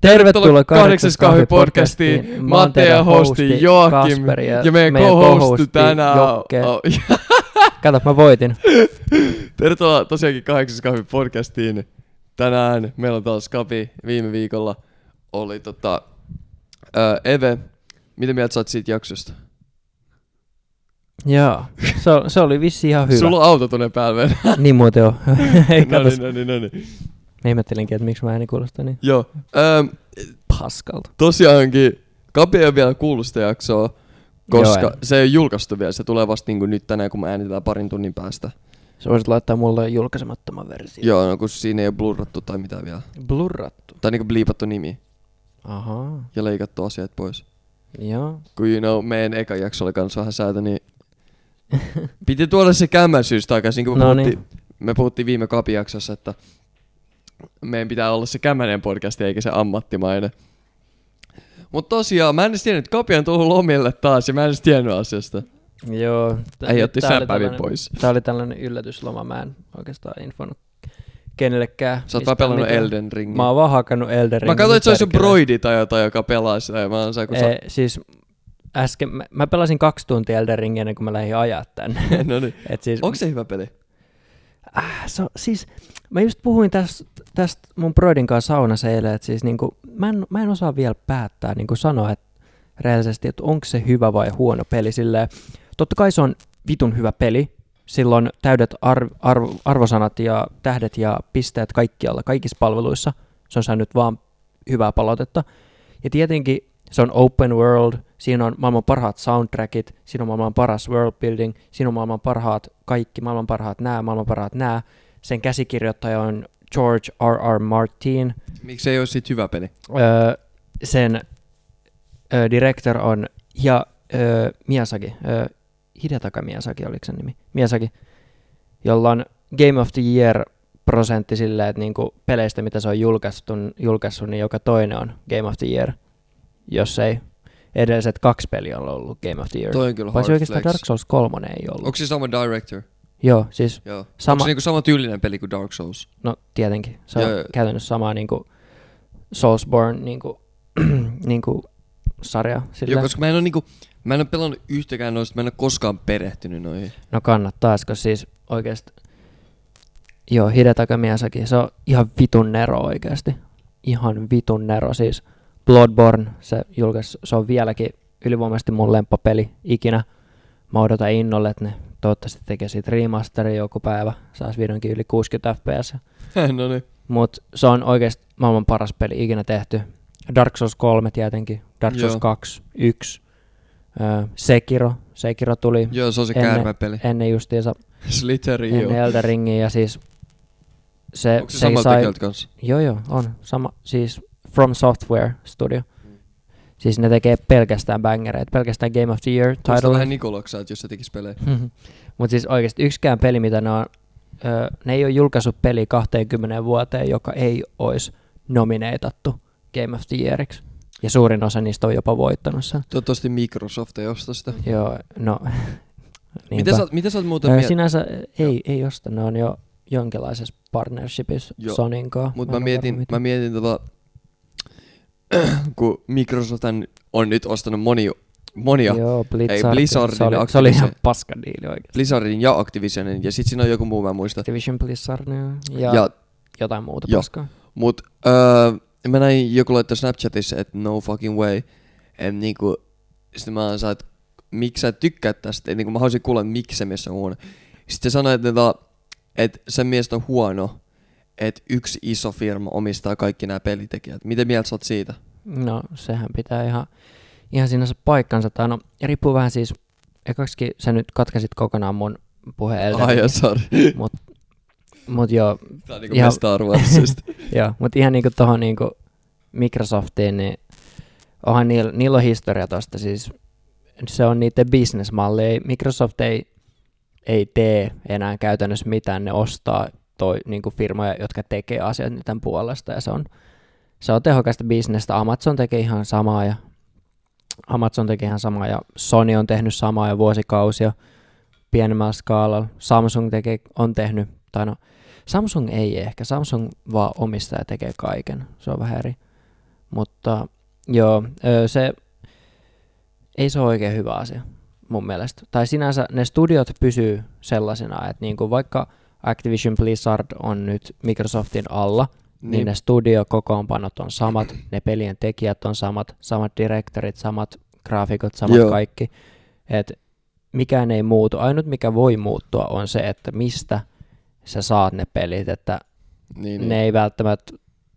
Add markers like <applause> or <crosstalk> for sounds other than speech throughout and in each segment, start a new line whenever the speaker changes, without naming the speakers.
Tervetuloa
kahdeksas kahvipodcastiin.
podcastiin.
Mä oon teidän hosti Joakim
Kasperi
ja meidän co-hosti tänään Oh. on-
Jokke.
on-
Kato, mä voitin.
<laughs> Tervetuloa tosiaankin kahdeksas kahvi podcastiin. Tänään meillä on taas Kapi. Viime viikolla oli tota, ö, Eve. Mitä mieltä sä oot siitä jaksosta?
Joo, se, o- se oli vissi ihan hyvä.
Sulla on auto tuonne päälle vielä. <laughs>
Niin muuten on. Ei
no
katos.
niin, no niin, no niin.
Mä ihmettelinkin, että miksi mä ääni kuulostaa niin
Joo. Öm,
paskalta.
tosiaankin Kapi ei ole vielä kuullut sitä jaksoa, koska
Joo,
Joo, se ei ole julkaistu vielä. Se tulee vasta niin nyt tänään, kun me äänitetään parin tunnin päästä.
Sä voisit laittaa mulle julkaisemattoman versio.
Joo, no kun siinä ei ole blurrattu tai mitään vielä.
Blurrattu.
Tai niinku bliipattu nimi
Ahaa.
ja leikattu asiat pois.
Joo.
Kun you know, meidän eka jakso oli kans vähän säätä, niin piti tuoda se kämmäisyys takaisin, kun me,
No
puhuttiin, me puhuttiin viime kapijaksossa, että meidän pitää olla se kämmäinen podcast eikä se ammattimainen. Mutta tosiaan, mä en edes tiennyt, että Kapi on tullut lomille taas ja mä en edes tiennyt asiasta.
Joo. Tää-
Ei otti
tää oli
säppävin
tällainen-
pois.
Tää oli tällainen yllätysloma. Mä en oikeastaan infonut kenellekään.
Sä oot
mistään
vaan pelannut
mitään.
Elden Ringin.
Mä oon vaan hakannut Elden
Mä katsoin, että se olisi
perkele.
broidi tai jotain, joka pelaa sitä. Ja mä oon saanut, kun sä...
Ei, siis äsken, mä, mä pelasin kaksi tuntia Elden Ringiä ennen kuin mä lähdin ajaa tänne.
<laughs> no niin.
Et siis,
Onko se hyvä peli?
äh, se, on- siis, mä just puhuin tästä täst mun broidin kanssa saunassa eilen, että siis niinku, mä, en, mä en osaa vielä päättää niinku sanoa et, rehellisesti, että onko se hyvä vai huono peli. Silleen, totta kai se on vitun hyvä peli, silloin täydet arv, arv, arvosanat ja tähdet ja pisteet kaikkialla, kaikissa palveluissa. Se on saanut vaan hyvää palautetta. Ja tietenkin se on open world, siinä on maailman parhaat soundtrackit, siinä on maailman paras world building, siinä on maailman parhaat kaikki, maailman parhaat nää, maailman parhaat nää. Sen käsikirjoittaja on George R. R. Martin.
Miksi ei ole sit hyvä peli?
Öö, sen öö, director on ja öö, Miyazaki, öö, Hidetaka Miyazaki oliko sen nimi, Miyazaki, jolla on Game of the Year prosentti silleen, että niinku peleistä, mitä se on julkaistu, julkaissut, niin joka toinen on Game of the Year, jos ei edelliset kaksi peliä on ollut Game of the Year.
Toi on kyllä
Vai se
hard
oikeastaan
flex.
Dark Souls 3 ei ollut.
Onko se sama director?
Joo, siis
Joo.
Sama-
Sama. Onko se niinku sama tyylinen peli kuin Dark Souls?
No tietenkin. Se on
Joo, joo.
käytännössä samaa niin kuin Soulsborne niin <clears throat> kuin, niin kuin sarja. Sillä.
Joo, koska mä en ole niinku, mä en ole pelannut yhtäkään noista, mä en ole koskaan perehtynyt noihin.
No kannattaa, koska siis oikeasti... Joo, Hidetaka Miyazaki, se on ihan vitun nero oikeasti. Ihan vitun nero, siis Bloodborne, se julkaisi, se on vieläkin ylivoimaisesti mun lempapeli ikinä. Mä odotan innolle, että ne toivottavasti tekee siitä remasterin joku päivä, saas vihdoinkin yli 60 fps.
<laughs> no niin.
Mutta se on oikeasti maailman paras peli ikinä tehty. Dark Souls 3 tietenkin, Dark Souls
Joo.
2, 1, öö, Sekiro, Sekiro tuli
Joo, se on se
Ennen-
käärmäpeli.
ennen justiinsa
<laughs> Slytherin, joo.
ennen Elden Ringiä ja siis se,
Onko se samalta
sai,
tekijältä kanssa?
Joo joo, on. Sama, siis From Software Studio. Siis ne tekee pelkästään bangereita, pelkästään Game of the Year
Title. vähän niin
title.
Nikoloksa, että jos se tekisi pelejä.
<laughs> Mutta siis oikeasti yksikään peli, mitä ne on, ö, ne ei ole julkaissut peli 20 vuoteen, joka ei olisi nomineetattu Game of the Yeariksi. Ja suurin osa niistä on jopa voittanut sen.
Toivottavasti Microsoft ei osta sitä.
Joo, no. <laughs> niinpä.
Mitä sä, oot- mitä sä oot muuten
Ää,
mieltä?
Sinänsä ei, ei josta, ne on jo jonkinlaisessa partnershipissa
Joo.
Sonin kanssa.
Mutta
en ole varma,
mä, mietin,
mitä-
mä mietin tota, <clears throat> kun Microsoft on nyt ostanut moni, monia
Joo, Blizzard.
Blizzardin
se, oli, se oli ihan
Activision.
paska diili oikein.
Blizzardin ja Activisionin, ja sit siinä on joku muu, mä en muista.
Activision Blizzard ja, ja
Ja, ja
jotain muuta
Joo.
paskaa.
Mut öö, mä näin joku laittoi Snapchatissa, että no fucking way. Et niinku, sitten mä oon saa, että miksi sä tykkäät tästä? Et niinku mä haluaisin kuulla, että miksi se mies on huono. Sitten se sanoi, että, tota, että se mies on huono, että yksi iso firma omistaa kaikki nämä pelitekijät. Miten mieltä sä oot siitä?
No, sehän pitää ihan, ihan sinänsä paikkansa. Tai no, riippuu vähän siis, ekaksikin sä nyt katkasit kokonaan mun puheen
Ai joo, sorry.
Mutta joo,
Tää on niinku
Ihan-
ja... Star Warsista.
<laughs> joo. Mut ihan niinku tohon niinku Microsoftiin, niin onhan niillä, niillä on historia tosta. Siis se on niiden bisnesmalli. Ei, Microsoft ei, ei tee enää käytännössä mitään. Ne ostaa toi, niinku firmoja, jotka tekee asiat niiden puolesta. Ja se on, se on tehokasta bisnestä. Amazon tekee ihan samaa ja Amazon tekee ihan samaa ja Sony on tehnyt samaa jo vuosikausia pienemmällä skaalalla. Samsung tekee, on tehnyt, tai no Samsung ei ehkä. Samsung vaan omistaa ja tekee kaiken. Se on vähän eri. Mutta joo, ö, se ei se ole oikein hyvä asia mun mielestä. Tai sinänsä ne studiot pysyy sellaisena, että niinku vaikka Activision Blizzard on nyt Microsoftin alla, niin, niin ne studiokokoonpanot on samat, ne pelien tekijät on samat, samat direktorit, samat graafikot, samat
Joo.
Joo. kaikki. Et mikään ei muutu. Ainut mikä voi muuttua on se, että mistä sä saat ne pelit, että
niin,
niin.
niin.
ne ei välttämättä,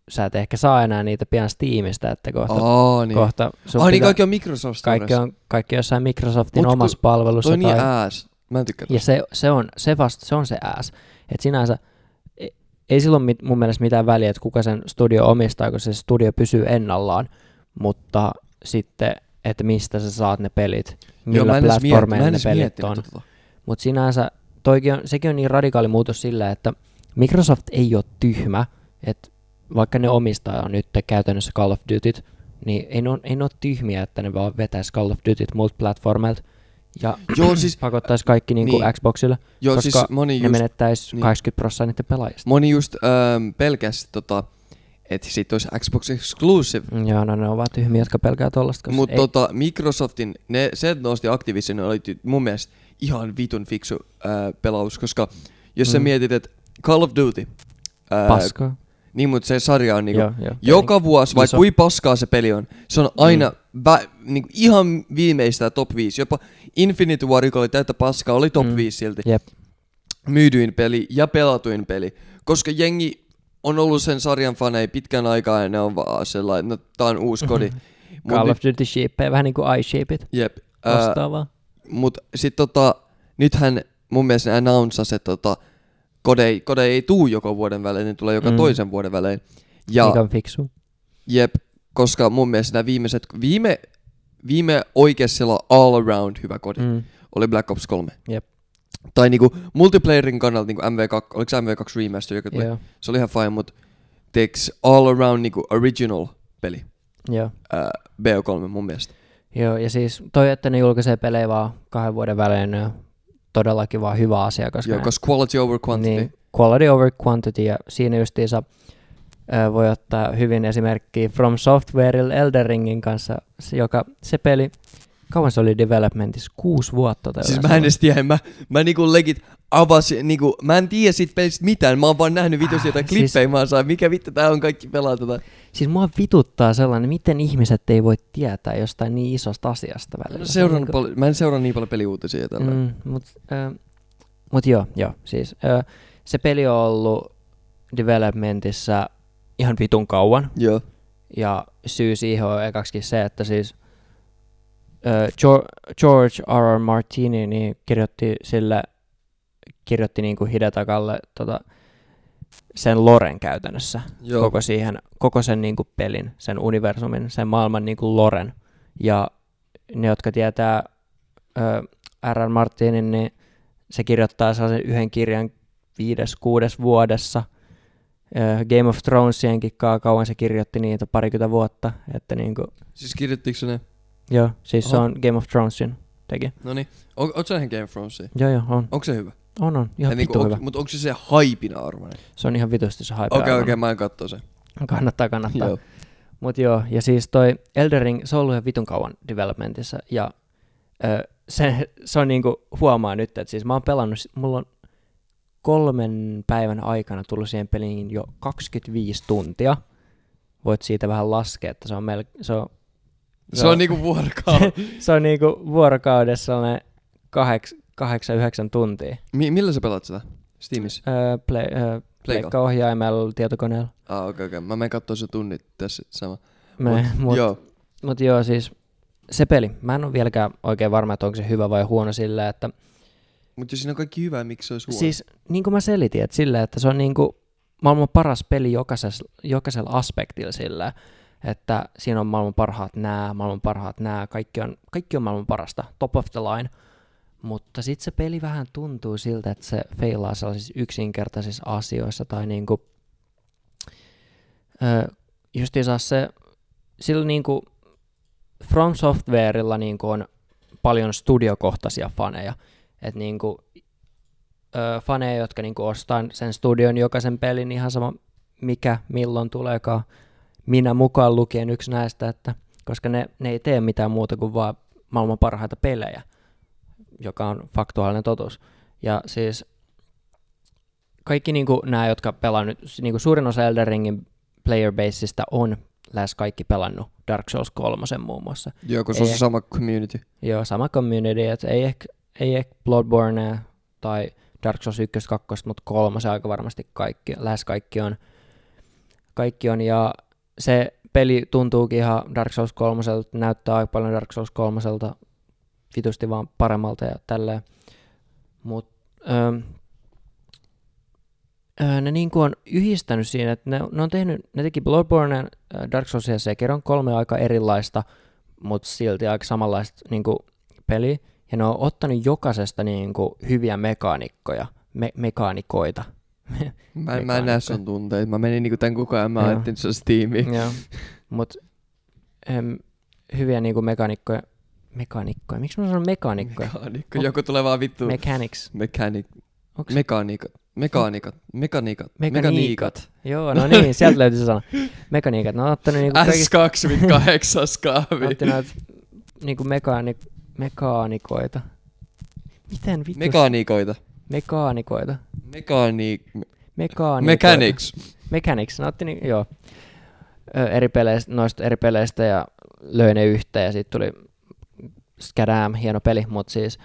sä et ehkä saa enää niitä pian Steamista, että kohta, oh,
Aa, niin.
niin. kohta sun
Ai niin,
pitää-
kaikki on Microsoft
kaikki on, kaikki on jossain Microsoftin
Mut kun-
omassa palvelussa.
Toi on niin
tai-
ääs. Mä en tykkää
ja
tästä.
se, se, on, se, vasta, se on se ääs. Et sinänsä e- ei silloin mit, mun mielestä mitään väliä, että kuka sen studio omistaa, kun se studio pysyy ennallaan, mutta sitten, että mistä sä saat ne pelit,
Joo,
millä
mä en edes miet- mä
platformeilla
en
ne
edes
pelit
miettinyt
on.
tota.
Mutta sinänsä toikin on, sekin on niin radikaali muutos sillä, että Microsoft ei ole tyhmä, että vaikka ne omistaa nyt käytännössä Call of Dutyt, niin ei ne, ole, ei ne ole tyhmiä, että ne vaan vetäisi Call of Dutyt muilta platformeilta ja
<clears throat>
<clears throat>
Joo, siis,
pakottaisi kaikki niinku
Niin.
niin. Xboxille.
joo,
Koska
siis moni
ne
just,
menettäisi
niin.
niin. 80 prosenttia niiden pelaajista.
moni just ähm, pelkäsi tota, että sit olisi Xbox Exclusive.
Mm, Joo, no ne on vaan tyhmiä, jotka pelkää tollasta, koska
Mutta
ei,
tota, Microsoftin, ne, se että nosti Activision oli ty- mun mielestä ihan vitun fiksu ää, pelaus, koska jos mm. sä
Mm.
mietit, että Call of Duty, ää,
paskaa.
niin mutta se sarja on niinku,
Joo, joo,
joka vuosi, vaikka
Iso. Mm.
kuin paskaa se peli on, se on aina vä, niinku, ihan viimeistä top 5. Jopa Infinity War, joka oli täyttä paskaa, oli top mm.
Mm.
5 silti.
Jep.
Myydyin peli ja pelatuin peli, koska jengi on ollut sen sarjan fanei pitkän aikaa ja ne on vaan sellainen, no tää on uusi kodi. Mut
Mhm. Call
nyt-
of Duty shapeja, vähän niin kuin iShapeit
Jep. Äh,
vastaavaa.
Mut sit tota, nythän mun mielestä ne announcas, että tota, kodei, kodei ei tuu joko vuoden välein, ne tulee joka mm.
Mm.
toisen vuoden välein. Ja
Mikä on fiksu.
jep, koska mun mielestä nämä viimeiset, viime, viime oikeassa all around hyvä kodi mm.
Mm.
oli Black Ops 3.
Jep.
Tai niinku multiplayerin kannalta niinku MV2, oliko MV2 Remaster, joka tuli?
Joo,
Se oli ihan fine, mut teks all around niinku original peli,
joo.
äh, BO3 mun mielestä.
Joo, ja siis toi, että ne julkaisee pelejä vaan kahden vuoden välein, niin on todellakin vaan hyvä asia, koska,
Joo,
ne-
koska quality over quantity.
Niin, quality over quantity, ja siinä justiinsa ö, voi ottaa hyvin esimerkkiä From Softwarella Elden Ringin kanssa, se, joka se peli, kauan se oli developmentissa, kuusi vuotta. tai
Siis
jotain
mä en
sellaista.
edes tiedä, mä, mä niinku legit avasin, niinku, mä en tiedä siitä pelistä mitään, mä oon vaan nähnyt vitusti jotain
Äh,
klippejä,
siis-
mä oon saanut, mikä vittu tää on kaikki pelaa tätä.
Siis mua vituttaa sellainen, miten ihmiset ei voi tietää jostain niin isosta asiasta
Mä,
välillä.
en
Se on
No, seurannut
niinku-
paljon, mä en seuraa niin paljon peliuutisia tällä. Mm.
Mm, mut, ö, mut joo, joo, siis ö, se peli on ollut developmentissa ihan vitun kauan.
Joo.
Ja syy siihen on ekaksikin se, että siis ö, Gio- George R. R. Martini niin kirjoitti sille kirjoitti niin kuin Hidetakalle tota, sen Loren käytännössä
Joo.
koko, siihen, koko sen niin kuin pelin, sen universumin, sen maailman niin kuin loren. Ja ne, jotka tietää ö, R.R. Martinin, niin se kirjoittaa sellaisen yhden kirjan viides, kuudes vuodessa. Ö, Game of Thronesienkin kaa kauan se kirjoitti niitä parikymmentä vuotta. Että niin kuin,
Siis kirjoittiko se ne?
joo, siis Oho. se
Oho.
on Game of Thronesin teki.
Noniin. niin. On, oot sä nähnyt Game of Thronesia?
Joo, joo, on. niinku
Onko se hyvä? niinku,
On, on. Ihan vitu
onks,
hyvä.
Mut onko se se haipina arvoinen?
Se on ihan vitusti se hype.
Okei, okei,
aivan.
okay, mä en katso sen.
Kannattaa, kannattaa.
Joo.
Mut joo, ja siis toi Elden Ring, se on ollut ihan vitun kauan developmentissa, ja ö, se, se on niinku, huomaa nyt, että siis mä oon pelannut, s- mulla on kolmen päivän aikana tullut siihen peliin jo 25 tuntia. Voit siitä vähän laskea, että se on, mel- se on,
Se on niinku
<laughs>
vuorokaa.
se on niinku vuorokaudessa sellainen kaheks, kahdeksan, yhdeksän tuntia.
Mi- millä sä pelaat sitä? Steamissa?
Öö, play, öö, pleikkaohjaimella, tietokoneella.
Ah, okei, okay, okei. Okay. Mä menen kattoo sen tunnit tässä sama.
Me, mut,
Joo.
Mutta joo, siis se peli. Mä en ole vieläkään oikein varma, että onko se hyvä vai huono sillä, että
Mut jos siinä on kaikki hyvää, miksi se olisi huono?
siis niin kuin mä selitin, että sillä, että se on niin kuin maailman paras peli jokaisella, jokaisella aspektilla sillä, että siinä on maailman parhaat nää, maailman parhaat nää, kaikki on, kaikki on maailman parasta, top of the line. Mutta sitten se peli vähän tuntuu siltä, että se feilaa sellaisissa yksinkertaisissa asioissa tai niinku, ö, justiinsa se, sillä niinku From Softwarella niinku on paljon studiokohtaisia faneja, että niinku ö, faneja, jotka niinku ostaa sen studion jokaisen pelin ihan sama mikä, milloin tuleekaan, minä mukaan lukien yksi näistä, että koska ne, ne ei tee mitään muuta kuin vaan maailman parhaita pelejä, joka on faktuaalinen totuus. Ja siis kaikki niin kuin nämä, jotka pelannut, niin kuin suurin osa Elden Ringin player baseista on lähes kaikki pelannut Dark Souls 3 muun muassa.
Joo, kun se on
Ei
se sama community.
Joo, sama community, että ei ehkä, ei ehkä Bloodborne tai Dark Souls 1, 2, mutta kolmosen aika varmasti kaikki, lähes kaikki on. Kaikki on, ja se peli tuntuukin ihan Dark Souls 3, näyttää aika paljon Dark Souls 3 vitusti vaan paremmalta ja tälleen. Mut, öm, ö, ne niin on yhdistänyt siinä, että ne, ne, on tehnyt, ne teki Bloodborne, äh, Dark Souls ja Sekiron kolme aika erilaista, mutta silti aika samanlaista niin kuin, peliä. Ja ne on ottanut jokaisesta niin kuin, hyviä mekaanikkoja, me- mekaanikoita.
Mä, en- mä en
Mekaanikko.
näe sun tunteita. Mä menin niinku tän koko ajan, mä
Joo.
ajattelin, että se on Steamia.
Joo. Mut, em, hyviä niin kuin, mekaanikkoja. Mekaanikkoja. Miksi mä sanon mekaanikkoja?
Mekaanikko. Joku tulee vaan vittu.
Mechanics.
Mekaanik...
Onks-
Mekaanikot. Mekaanikat. Mekaniikat.
Mekaniikat.
Mekaniikat.
Joo, no niin, sieltä löytyy se sana. Mekaniikat. Ne on ottanut niinku kaikista,
S2 mit 8 skaavi.
otti noita niinku mekaani, mekaanikoita. Miten vittu?
Mekaanikoita.
mekaanikoita.
Mekaaniik...
Mekaanikoita.
Mechanics.
Mechanics. Ne otti niinku, joo. Ö, eri peleistä, noista eri peleistä ja löi ne yhteen ja siitä tuli Skadam, hieno peli, mutta siis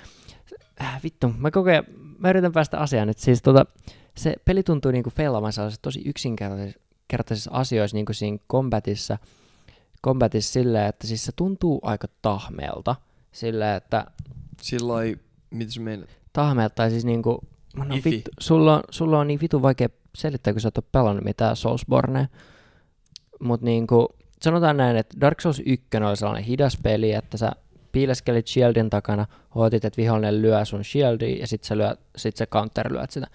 äh, vittu, mä koko ajan, mä yritän päästä asiaan nyt, siis tota, se peli tuntuu niinku feilamaan sellaisissa tosi yksinkertaisissa asioissa niinku siinä combatissa, combatissa silleen, että siis se tuntuu aika tahmeelta, silleen, että
Sillä ei... Mitä se meinaat?
tahmeelta, tai siis niinku, no
Ifi.
vittu, sulla, on, sulla on niin vitu vaikea selittää, kun sä et ole pelannut mitään Soulsbornea. Mut niinku, sanotaan näin, että Dark Souls 1 oli sellainen hidas peli, että sä piileskelit shieldin takana, odotit, että vihollinen lyö sun shieldiin ja sit sä, lyö, sit sä counter lyöt sitä.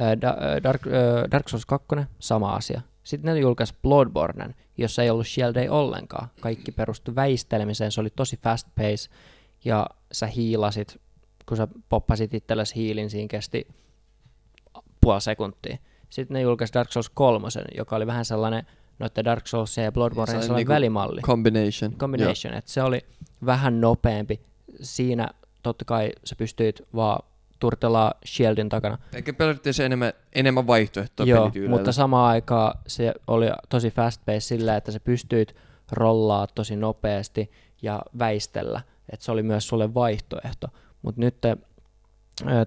Ää, Da- ää, Dark, ää, Dark Souls 2, sama asia. Sitten ne julkaisi Bloodbornen, jossa ei ollut shieldei ollenkaan. Kaikki perustui väistelemiseen, se oli tosi fast pace ja sä hiilasit kun sä poppasit itsellesi hiilin, siinä kesti puoli sekuntia. Sitten ne julkaisi Dark Souls 3, joka oli vähän sellainen, noiden Dark Souls ja Bloodborne
Se oli
sellainen
niinku
välimalli,
Combination.
combination, että se oli vähän nopeampi. Siinä totta kai sä pystyit vaan turtelaa shieldin takana,
Joo. Ehkä periaatteessa enemmän, enemmän vaihtoehtoa
Joo,
pelityyleillä.
mutta samaan aikaan se oli tosi fast pace sillä, että sä pystyit rollaa tosi nopeasti ja väistellä. Että se oli myös sulle vaihtoehto. Mutta nyt ö,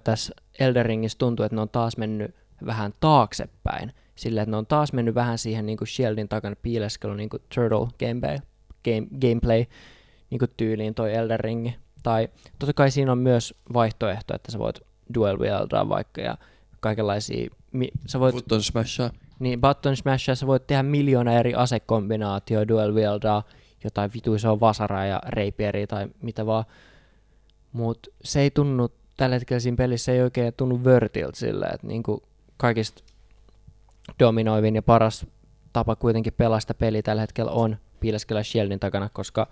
tässä Elderingissä tuntuu, että ne on taas mennyt vähän taaksepäin. Sillä, että ne on taas mennyt vähän siihen niin kuin Shieldin takana piileskelu, niin kuin Turtle gameplay, game, gameplay niin kuin tyyliin toi Elden Ringi. Tai totta kai siinä on myös vaihtoehto, että sä voit dual wieldaa vaikka ja kaikenlaisia, mi- sä voit
Button smashaa.
niin button smashia sä voit tehdä miljoona eri asekombinaatioa, dual wieldaa, jotain vituisoa vasaraa ja reipieria tai mitä vaan. Mut se ei tunnu tällä hetkellä siinä pelissä ei oikein tunnu vörtiltä sillä, että niinku kaikista dominoivin ja paras tapa kuitenkin pelastaa peli tällä hetkellä on piileskellä shieldin takana, koska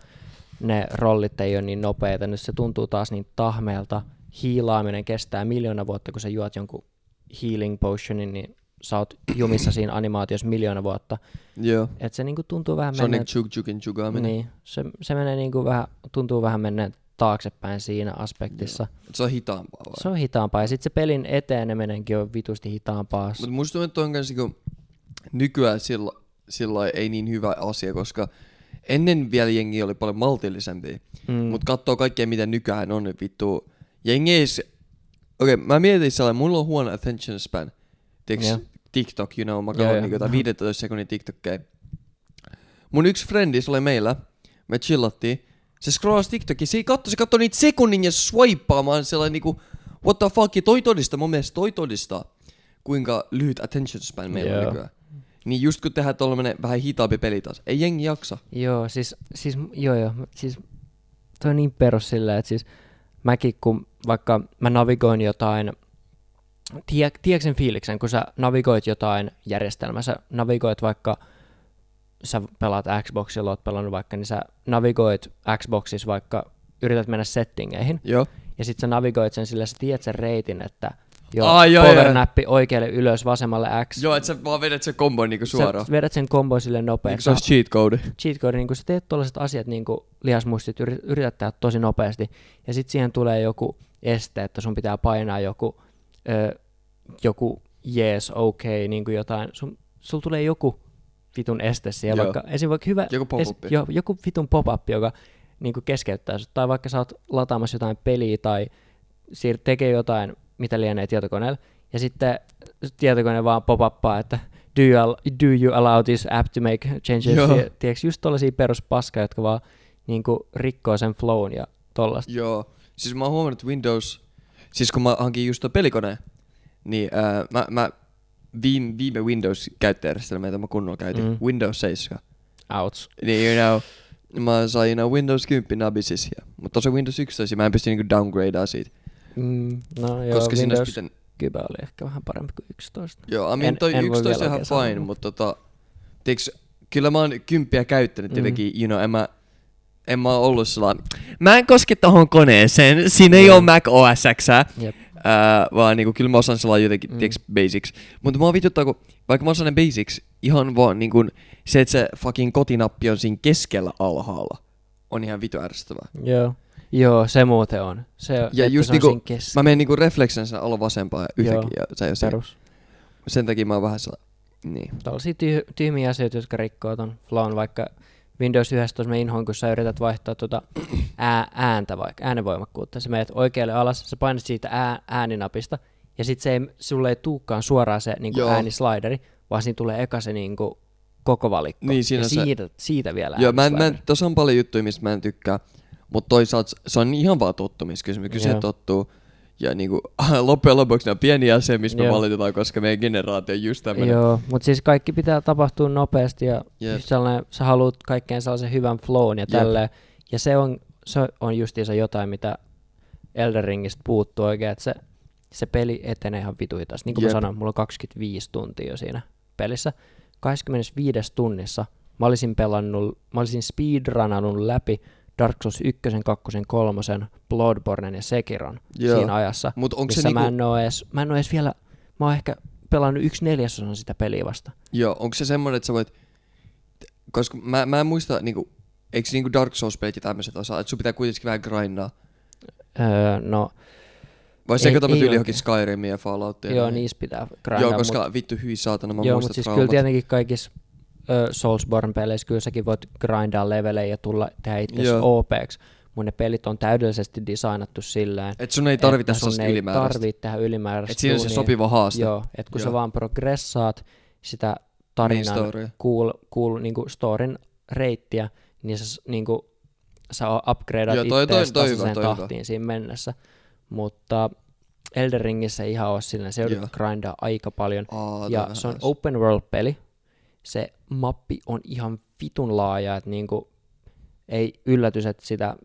ne rollit ei ole niin nopeita. Nyt se tuntuu taas niin tahmeelta. Hiilaaminen kestää miljoona vuotta, kun sä juot jonkun healing potionin, niin sä oot <clears throat> jumissa siinä animaatiossa miljoona vuotta.
Joo.
Et se niinku tuntuu vähän
Sonic
menneen...
Chug Chugin Chugaaminen.
Niin, se, se menee niinku vähän, tuntuu vähän menneen taaksepäin siinä aspektissa. Joo.
Se on hitaampaa vaan.
Se on hitaampaa. Ja sitten se pelin eteneminenkin on vitusti hitaampaa.
Mutta musta tuntuu, että on kans niinku nykyään sillä, sillä lailla ei niin hyvä asia, koska ennen vielä jengi oli paljon maltillisempi. Mm. Mutta katsoo kaikkea, mitä nykyään on, niin vittu. Jengi ei... se- Okei, okay, mä mietin sellainen, mulla on huono attention span. Tiiäks,
Joo.
TikTok, you know, mä
Joo,
katson
joo. <laughs>
niinku jotain 15 sekunnin TikTokkeja. Mun yksi frendi, se oli meillä, me chillattiin. Se scrollasi TikTokia, se ei katso, se katsoi niitä sekunnin ja swipaamaan sellainen niinku, what the fuck, ja toi todistaa, mun mielestä toi todistaa, kuinka lyhyt attention span meillä
Joo.
on nykyään. Niin just kun tehdään tollanen vähän hitaampi peli taas, ei jengi jaksa.
Joo, siis, siis joo joo, siis toi on niin perus sillä, että siis mäkin kun vaikka mä navigoin jotain, tie, tiedätkö sen fiiliksen, kun sä navigoit jotain järjestelmää, sä navigoit vaikka, sä pelaat Xboxilla, oot pelannut vaikka, niin sä navigoit Xboxissa vaikka, yrität mennä settingeihin,
Joo.
ja sit sä navigoit sen sillä, sä tiedät sen reitin, että Joo,
Ai, joo, joo.
powernappi oikealle ylös, vasemmalle X.
Joo, että sä vaan vedät sen kombon niinku suoraan.
Sä vedät sen kombon sille
Niinku
nopeasti.
se olisi cheat code.
cheat code, niin kun sä teet tuollaiset asiat, niin kuin lihasmustit, yrit- yrität tehdä tosi nopeasti, ja sitten siihen tulee joku este, että sun pitää painaa joku, ö, joku yes, okay, niin kuin jotain. Sun, sulla tulee joku vitun este siellä,
Joo.
vaikka, esim. vaikka hyvä,
Joku pop-up.
jo, joku vitun pop-up, joka niin kuin keskeyttää sut, tai vaikka sä oot lataamassa jotain peliä, tai siir- tekee jotain, mitä lienee tietokoneella, ja sitten tietokone vaan pop-uppaa, että do you, al- do you allow this app to make changes?
Joo.
Ja, tiedätkö, just tollaisia peruspaskaa, jotka vaan niin kuin, rikkoo sen flown ja tollaista.
Joo. Siis mä oon huomannut, että Windows... Siis kun mä hankin just tuon pelikoneen, niin ää, mä, mä viime, viime Windows-käyttöjärjestelmä, jota mä kunnolla käytin,
Mm.
mm. Windows 7.
Outs.
Niin, you know, mä sain you know, Windows 10 nabisisia. Mutta se Windows 11, mä en pysty niinku downgradea siitä.
Mm, no joo,
Joo, koska siinä olisi
Windows
pitänyt...
10 oli ehkä vähän parempi kuin 11.
Joo, I mean,
En-
toi
en voi
11
vielä
on ihan
oikein sanoa,
fine,
mutta-
mutta tota, tiiäks, kyllä mä oon kymppiä käyttänyt
Mm.
tietenkin, you know, en mä, en mä oo ollut sellainen, mä en koske tohon koneeseen, siinä ei
Joo.
oo Mac OS X,
Jep.
Ää, vaan niinku, kyllä mä osaan sellainen jotenkin,
Mm.
mm. tiiäks, basics. Mutta mua vituttaa, kun vaikka mä osaan ne basics, ihan vaan niinku, se, että se fucking kotinappi on siinä keskellä alhaalla, on ihan vitu ärsyttävää.
Joo. Joo, se muuten on. Se, ja
just
just se
niinku-
on siinä keskellä.
Mä menen niinku refleksensä ala vasempaa yhtäkkiä, ja se ei oo siinä.
Perus.
Sen takia mä oon vähän sellainen, niin.
Tällaisia tyh- tyhmiä asioita, jotka rikkoo ton flown, vaikka Windows 11 me inhoin, kun sä yrität vaihtaa tuota ää- ääntä vaikka, äänenvoimakkuutta. Sä menet oikealle alas, sä painat siitä ää- ääninapista, ja sit se ei, sulle ei tuukaan suoraan se niin
Joo.
äänislideri, vaan siinä tulee eka se niin kuin, koko valikko.
Niin, siinä
ja
se-
siitä, siitä vielä
Joo, mä en, mä en,
äänislideri.
tässä on paljon juttuja, mistä mä en tykkää, mutta toisaalta se on ihan vaan tottumiskysymys, kyllä se
Joo.
tottuu. Ja niinku, <laughs> loppujen lopuksi nämä on pieniä asioita, missä me
Joo.
valitetaan, koska meidän generaatio on just tämmöinen.
Joo, mutta siis kaikki pitää tapahtua nopeasti ja
Jep.
just sellainen, sä haluat kaikkeen sellaisen hyvän flown ja
Jep.
tälleen. Ja se on, se on justiinsa jotain, mitä Elden Ringistä puuttuu oikein, että se, se peli etenee ihan vitu hitaasti. Niin kuin mä
Jep.
sanoin, mulla on 25 tuntia jo siinä pelissä. 25 tunnissa mä olisin pelannut, mä olisin speedrunannut läpi Dark Souls 1, 2, 3, Bloodborne ja Sekiron
Joo.
siinä ajassa
Mutta onko
missä
se, niinku,
mä, en oo edes, mä en oo edes vielä, mä oon ehkä pelannut yksi neljäsosan sitä peliä vasta.
joo, onko se semmoinen, että sä voit, koska mä, mä en muista, niinku, eikö niinku Dark Souls-pelit ja tämmöiset osaa, että sun pitää kuitenkin vähän grindaa.
Öö, no,
Vai
Ei-
se katsotaan
ei
yli johonkin
oikein.
Skyrimia ja Falloutia.
joo, joo
näin.
niissä pitää
niin. Joo,
grindaa,
koska vittu hyi saatana, mä
mut, joo,
muistan
mutta siis
traumat.
kyllä tietenkin kaikissa ö, Soulsborne-peleissä kyllä säkin voit grindaa levelejä ja tulla tehdä itse
Joo.
OPEX, mun ne pelit on täydellisesti designattu sillä
Et sun ei tarvita
että sun
sellaista
ei
ylimääräistä.
tarvitse tehdä ylimääräistä.
Et siinä on se
duunia.
sopiva haaste.
Joo, että kun joo. sä
Joo.
vaan progressaat sitä
main
tarinan
story.
kuul, kuul niinku storin reittiä, niin sä s- niinku, sä o- upgradeat
Joo, toi- toi-
ittees
toi hyvä,
tasaiseen
toi hyvä.
tahtiin siinä mennessä. Mutta Elden Ringissä ei ihan ole silleen, se
Joo.
joudut grindaa aika paljon.
Aa,
ja se on open world-peli. Se mappi on ihan vitun laaja, että niinku, ei yllätys, että sitä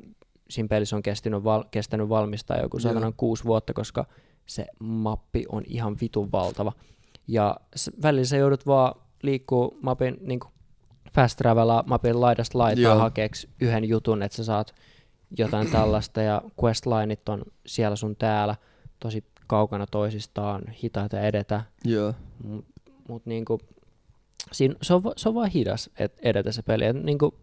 siinä pelissä on kestänyt, val, kestänyt valmistaa joku
Joo.
saatanan kuusi vuotta, koska se mappi on ihan vitun valtava. Ja s- välillä sä joudut vaan liikkuu mapin niin fast travelaa mapin laidasta laitaan
Joo.
hakeeksi yhden jutun, että sä saat
<clears throat>
jotain tällaista ja questlineit on siellä sun täällä tosi kaukana toisistaan, hitaita edetä,
Joo.
mutta niinku, siinä, se, on, va- se on vaan hidas et, edetä se peli. Et niinku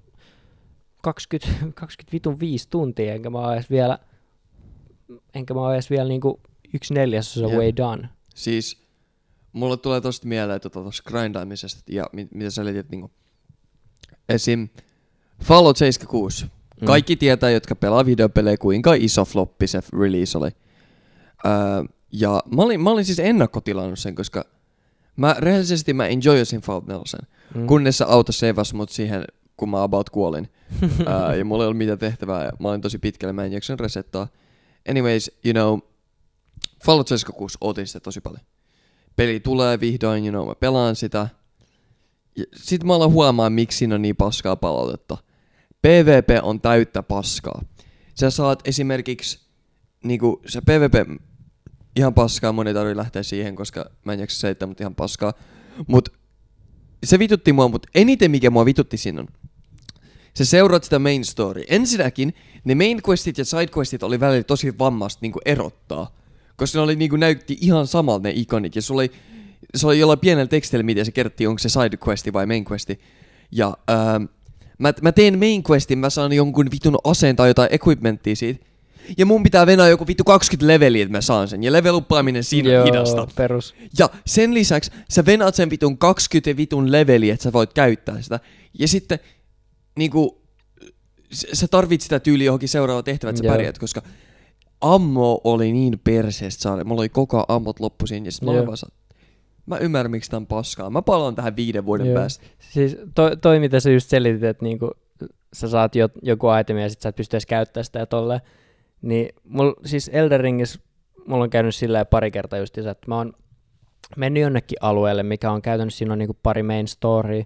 20, <laughs> 25 tuntia, enkä mä oo edes vielä, enkä mä oo edes vielä niinku yksi neljäsosa
Jep.
way done.
Siis mulle tulee tosta mieleen tota tosta grindaamisesta ja mi- mitä sä letit niinku. Esim. Fallout 76. Mm. Kaikki tietää, jotka pelaa videopelejä, kuinka iso floppi se release oli. Öö, ja mä olin, mä olin siis ennakkotilannut sen, koska mä rehellisesti mä enjoyasin Fallout 4.
Mm.
Kunnes se auto seivas mut siihen, kun mä about kuolin. Ää, ja mulla ei ollut mitään tehtävää. ja Mä olin tosi pitkällä, mä en jaksanut resettaa. Anyways, you know, Fallout 76 otin sitä tosi paljon. Peli tulee vihdoin, you know, mä pelaan sitä. Ja sit mä alan huomaa, miksi siinä on niin paskaa palautetta. PvP on täyttä paskaa. Sä saat esimerkiksi, niinku, se PvP ihan paskaa, mun ei tarvi lähteä siihen, koska mä en jaksa seittää, mutta ihan paskaa. Mut se vitutti mua, mutta eniten mikä mua vitutti siinä on, sä seuraat sitä main story. Ensinnäkin ne main questit ja side questit oli välillä tosi vammasta niinku erottaa. Koska ne oli niinku näytti ihan samalta ne ikonit. Ja sulla oli, se oli jollain pienellä tekstillä, miten se kertti, onko se side questi vai main questi. Ja ähm, mä, mä teen main questin, mä saan jonkun vitun aseen tai jotain equipmenttia siitä. Ja mun pitää venää joku vittu 20 leveliä, että mä saan sen. Ja leveluppaaminen siinä on hidasta.
perus.
Ja sen lisäksi sä venaat sen vitun 20 vitun leveliä, että sä voit käyttää sitä. Ja sitten niinku, s- sä tarvit sitä tyyliä johonkin seuraavaan tehtävään, että sä
Joo.
pärjäät, koska ammo oli niin perseestä saada. Mulla oli koko ajan ammot loppu siinä, ja sit mä olin
Joo.
vaan sa- Mä ymmärrän, miksi tää on paskaa. Mä palaan tähän viiden vuoden
Joo.
päästä.
Siis toi, toi mitä sä just selitit, että niinku, sä saat jo, joku item ja sit sä et pysty edes käyttämään sitä ja tolleen. Niin mul, siis Elden Ringissä mulla on käynyt sillä lailla pari kertaa just, että mä oon mennyt jonnekin alueelle, mikä on käytännössä, siinä on niinku pari main story,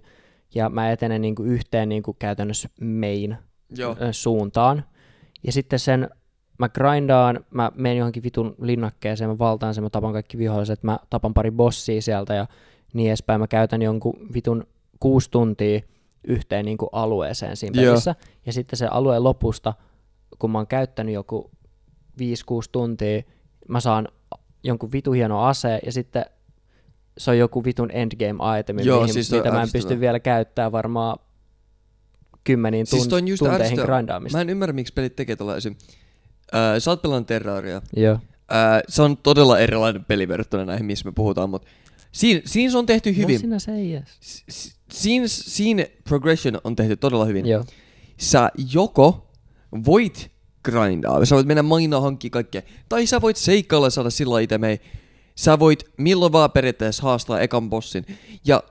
ja mä etenen niinku yhteen niinku käytännössä main
Joo.
ö, suuntaan. Ja sitten sen mä grindaan, mä menen johonkin vitun linnakkeeseen, mä valtaan sen, mä tapan kaikki viholliset, mä tapan pari bossia sieltä ja niin edespäin. Mä käytän jonkun vitun kuusi tuntia yhteen niin kuin alueeseen siinä
Joo.
pelissä. Ja sitten se alueen lopusta, kun mä oon käyttänyt joku 5-6 tuntia, mä saan jonkun vitu hieno ase ja sitten se on joku vitun endgame itemi,
Joo,
mihin,
siis toi
mitä mä en
ärsyttävää.
pysty vielä käyttämään varmaan kymmeniin
Siis
tunt-
toi on just
tunteihin
ärsyttävää.
grindaamista.
Mä en ymmärrä, miksi pelit tekee tällaisia. Öö, sä oot pelannut Terraria.
Joo.
Öö, se on todella erilainen peli verrattuna näihin, missä me puhutaan, mutta siinä, siinä se on tehty hyvin.
No sinä se ei edes.
si- si- siinä, siinä progression on tehty todella hyvin.
Joo.
Sä joko voit grindaa, sä voit mennä mainaa hankkia kaikkea, tai sä voit seikkailla ja saada sillä itemei. Sä voit milloin vaan periaatteessa haastaa ekan bossin. Ja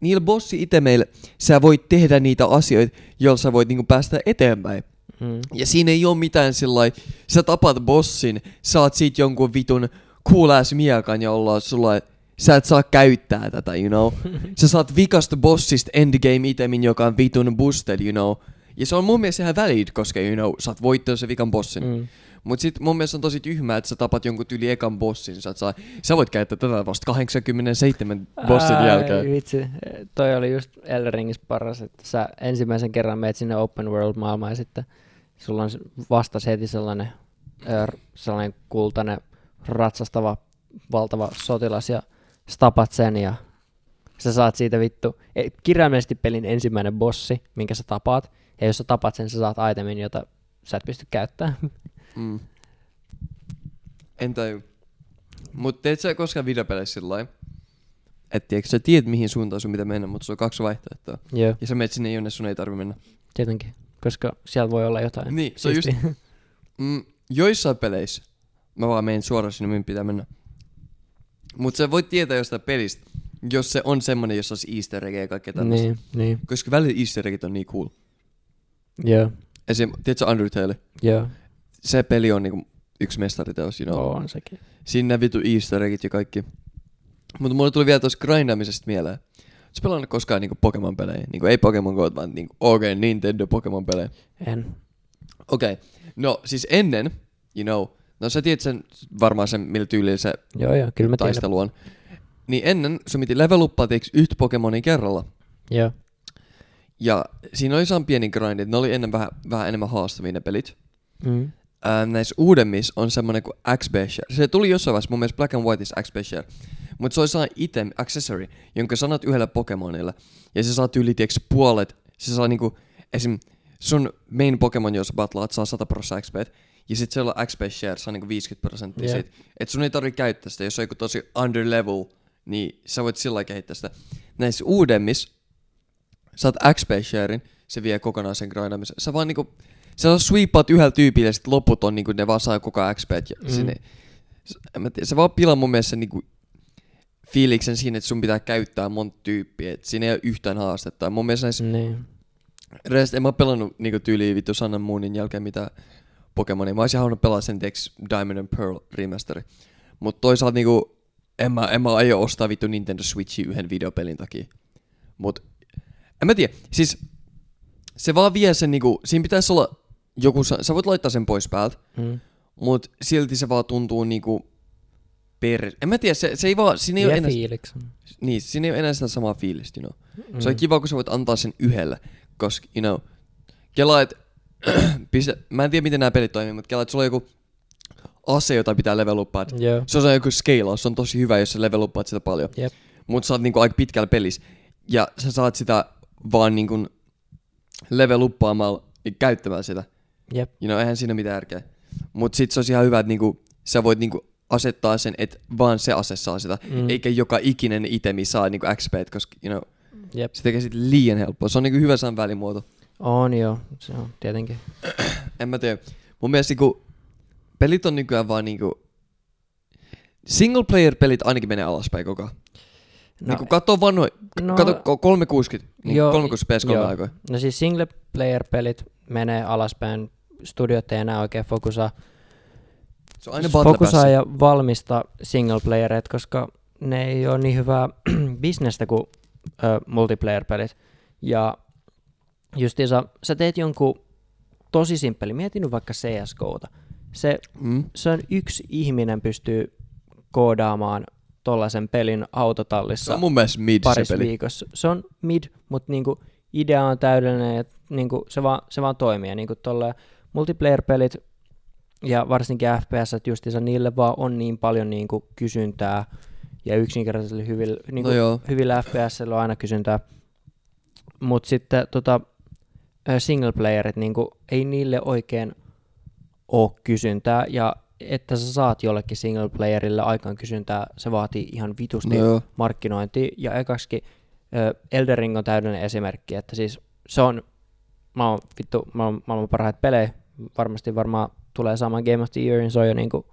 niillä bossi itemeillä sä voit tehdä niitä asioita, joilla sä voit niinku päästä eteenpäin.
Mm.
Ja siinä ei ole mitään sillä sä tapat bossin, saat siitä jonkun vitun cool ass miekan, jolla on sulla, sä et saa käyttää tätä, you
<laughs>
know. Sä saat vikasta bossista endgame itemin, joka on vitun boosted, you know. Ja se on mun mielestä ihan valid, koska, you know, sä oot voittanut sen vikan bossin. Mm.
Mm.
Mut sit mun mielestä on tosi tyhmää, että sä tapat jonkun tyyli ekan bossin, sä, et saa, sä voit käyttää tätä vasta 87 bossin
Ai,
jälkeen.
Vitsi, toi oli just Elden Ringissä paras, että sä ensimmäisen kerran meet sinne open world maailmaan ja sitten sulla on se- vastasi heti sellainen, ö, r- sellainen kultainen ratsastava valtava sotilas ja stapat sen ja sä saat siitä vittu, ei, kirjaimellisesti pelin ensimmäinen bossi, minkä sä tapaat, ja jos sä tapat sen, sä saat itemin, jota sä et pysty käyttämään.
Mm. En tajua. Mut teet sä koskaan videopeleissä sillä lailla, että tiedätkö, sä tiedät mihin suuntaan sun pitää mennä, mutta sulla on kaksi vaihtoehtoa.
Joo,
Ja sä menet sinne, jonne sun ei tarvi mennä.
tietenkin, koska siellä voi olla jotain.
Niin, se on just-
siistiä.
Mm, joissain peleissä mä vaan menen suoraan sinne, mihin pitää mennä. Mut sä voit tietää jostain pelistä, jos se on semmonen, jossa olisi easter eggejä ja kaikkea tämmöistä. Niin.
Niin, niin,
Koska välillä easter eggit on niin cool.
joo,
Esim. tiedätkö Undertale?
joo.
Se peli on niinku yksi mestariteos, you know.
No. On sekin.
Siinä vitu easter eggit ja kaikki. Mutta mulle tuli vielä tuosta grindamisesta mieleen. Oletko pelannut koskaan niinku Pokemon-pelejä? Niinku ei Pokemon Go, vaan niinku, okei, okay, Nintendo Pokemon-pelejä.
En.
Okei, okay. no siis ennen, you know, no sä tiedät sen varmaan sen, millä tyylillä se
Joo, joo, kyllä mä tiedän.
taistelu on. Niin ennen sun piti level uppaa tiiäks, yhtä Pokemonin kerralla.
Joo,
Ja siinä oli ihan pieni grind, ne oli ennen vähän, vähän enemmän haastavia ne pelit.
mm.
Ää, Äh, näissä uudemmissa on semmoinen kuin x Share. Se tuli jossain vaiheessa mun mielestä Black and Whiteissa x Share. Mutta se on sellainen item, accessory, jonka sanat yhdellä Pokemonilla. Ja se saa yli tiiäks, puolet. Se saa niinku, esim. sun main Pokemon, jos batlaat, saa 100 prosenttia XP. Ja sit siellä on x Share, saa niinku 50 prosenttia
Jep.
siitä. Et sun ei tarvitse käyttää sitä, jos on joku tosi under level, niin sä voit sillä lailla kehittää sitä. Näissä uudemmissa, saat XP sharein, se vie kokonaan sen grindamisen. Sä vaan niinku, sä sweepaat yhdellä tyypillä ja sit loput on niinku, ne vaan saa koko ajan XP. Ja
Mm.
mm. sinne, s- en mä tiedä, se vaan pilaa mun mielestä sen niinku fiiliksen siinä, että sun pitää käyttää monta tyyppiä, että siinä ei ole yhtään haastetta. Mun mielestä näissä
niin.
Rest, en mä oo pelannut niinku tyyliin vittu Sun and Moonin jälkeen mitä Pokemonia. Mä olisin halunnut pelaa sen teks Diamond and Pearl remasteri. Mut toisaalta niinku, en mä, en mä aio ostaa vittu Nintendo Switchi yhden videopelin takia. Mut, en mä tiedä. Siis, se vaan vie sen niinku, siinä pitäisi olla joku, sa- sä voit laittaa sen pois päältä,
Mm.
mut silti se vaan tuntuu niinku per... En mä tiedä, se, se ei vaan, siinä ei,
Niin
ole
ja
enää,
fiiliksi.
niin, siinä ei ole enää sitä samaa fiilistä, you know.
Mm.
Se on kiva, kun sä voit antaa sen yhdellä, koska, you know, <clears throat> kela, et, pistä, mä en tiedä miten nämä pelit toimii, mutta kela, et sulla on joku ase, jota pitää level upaa.
Joo.
Se on joku scalaus, se on tosi hyvä, jos sä level uppaat sitä paljon.
Jep.
Mutta sä oot niinku aika pitkällä pelissä. Ja sä saat sitä vaan niinku level uppaamalla ja käyttämään sitä.
Jep.
You know, eihän siinä mitään järkeä. Mutta sit se olisi ihan hyvä, että niinku, sä voit niinku asettaa sen, että vaan se ase saa sitä.
Mm.
Mm. Eikä joka ikinen itemi saa niinku XP, koska you know,
Jep.
se tekee sit liian helppoa. Se on niinku hyvä sanan välimuoto.
On joo, se on tietenkin.
En mä tiedä. Mun mielestä niinku, pelit on nykyään vaan niinku... Single player pelit ainakin menee alaspäin koko ajan. No, niinku katso vanhoja,
no,
no, kato ko- 360, niin
Joo,
joo, 360
joo.
PS3 aikoja.
No siis single player pelit menee alaspäin, studiot ei enää oikein fokusaa,
Se on aina battle
fokusaa
passi.
ja valmista single playereita, koska ne ei ole niin hyvää <clears throat> bisnestä kuin ö, multiplayer-pelit. Ja justiinsa, sä teet jonkun tosi simppeli, mieti nyt vaikka CSGOta. Se
Mm.
se on yksi ihminen pystyy koodaamaan tollaisen pelin
Se
autotallissa
on mun mielestä mid se
parissa
peli.
viikossa. Se on mid, mutta niinku idea on täydellinen, että niinku se, vaan, se vaan toimii. Ja Niinku tolle multiplayer-pelit ja varsinkin FPS, että justiinsa niille vaan on niin paljon niinku kysyntää ja yksinkertaisilla hyvillä, niinku,
No joo.
hyvillä FPS on aina kysyntää. Mutta sitten tota, ö, singleplayerit, niinku, ei niille oikein ole kysyntää ja että sä saat jollekin singleplayerille aikaan kysyntää, se vaatii ihan vitusti
No joo.
markkinointia. Ja ekaksikin ö, Elden Ring on täydellinen esimerkki, että siis se on mä oon, vittu, mä oon, maailman parhaita pelejä, varmasti varmaan tulee saamaan Game of the Yearin, se on jo niinku,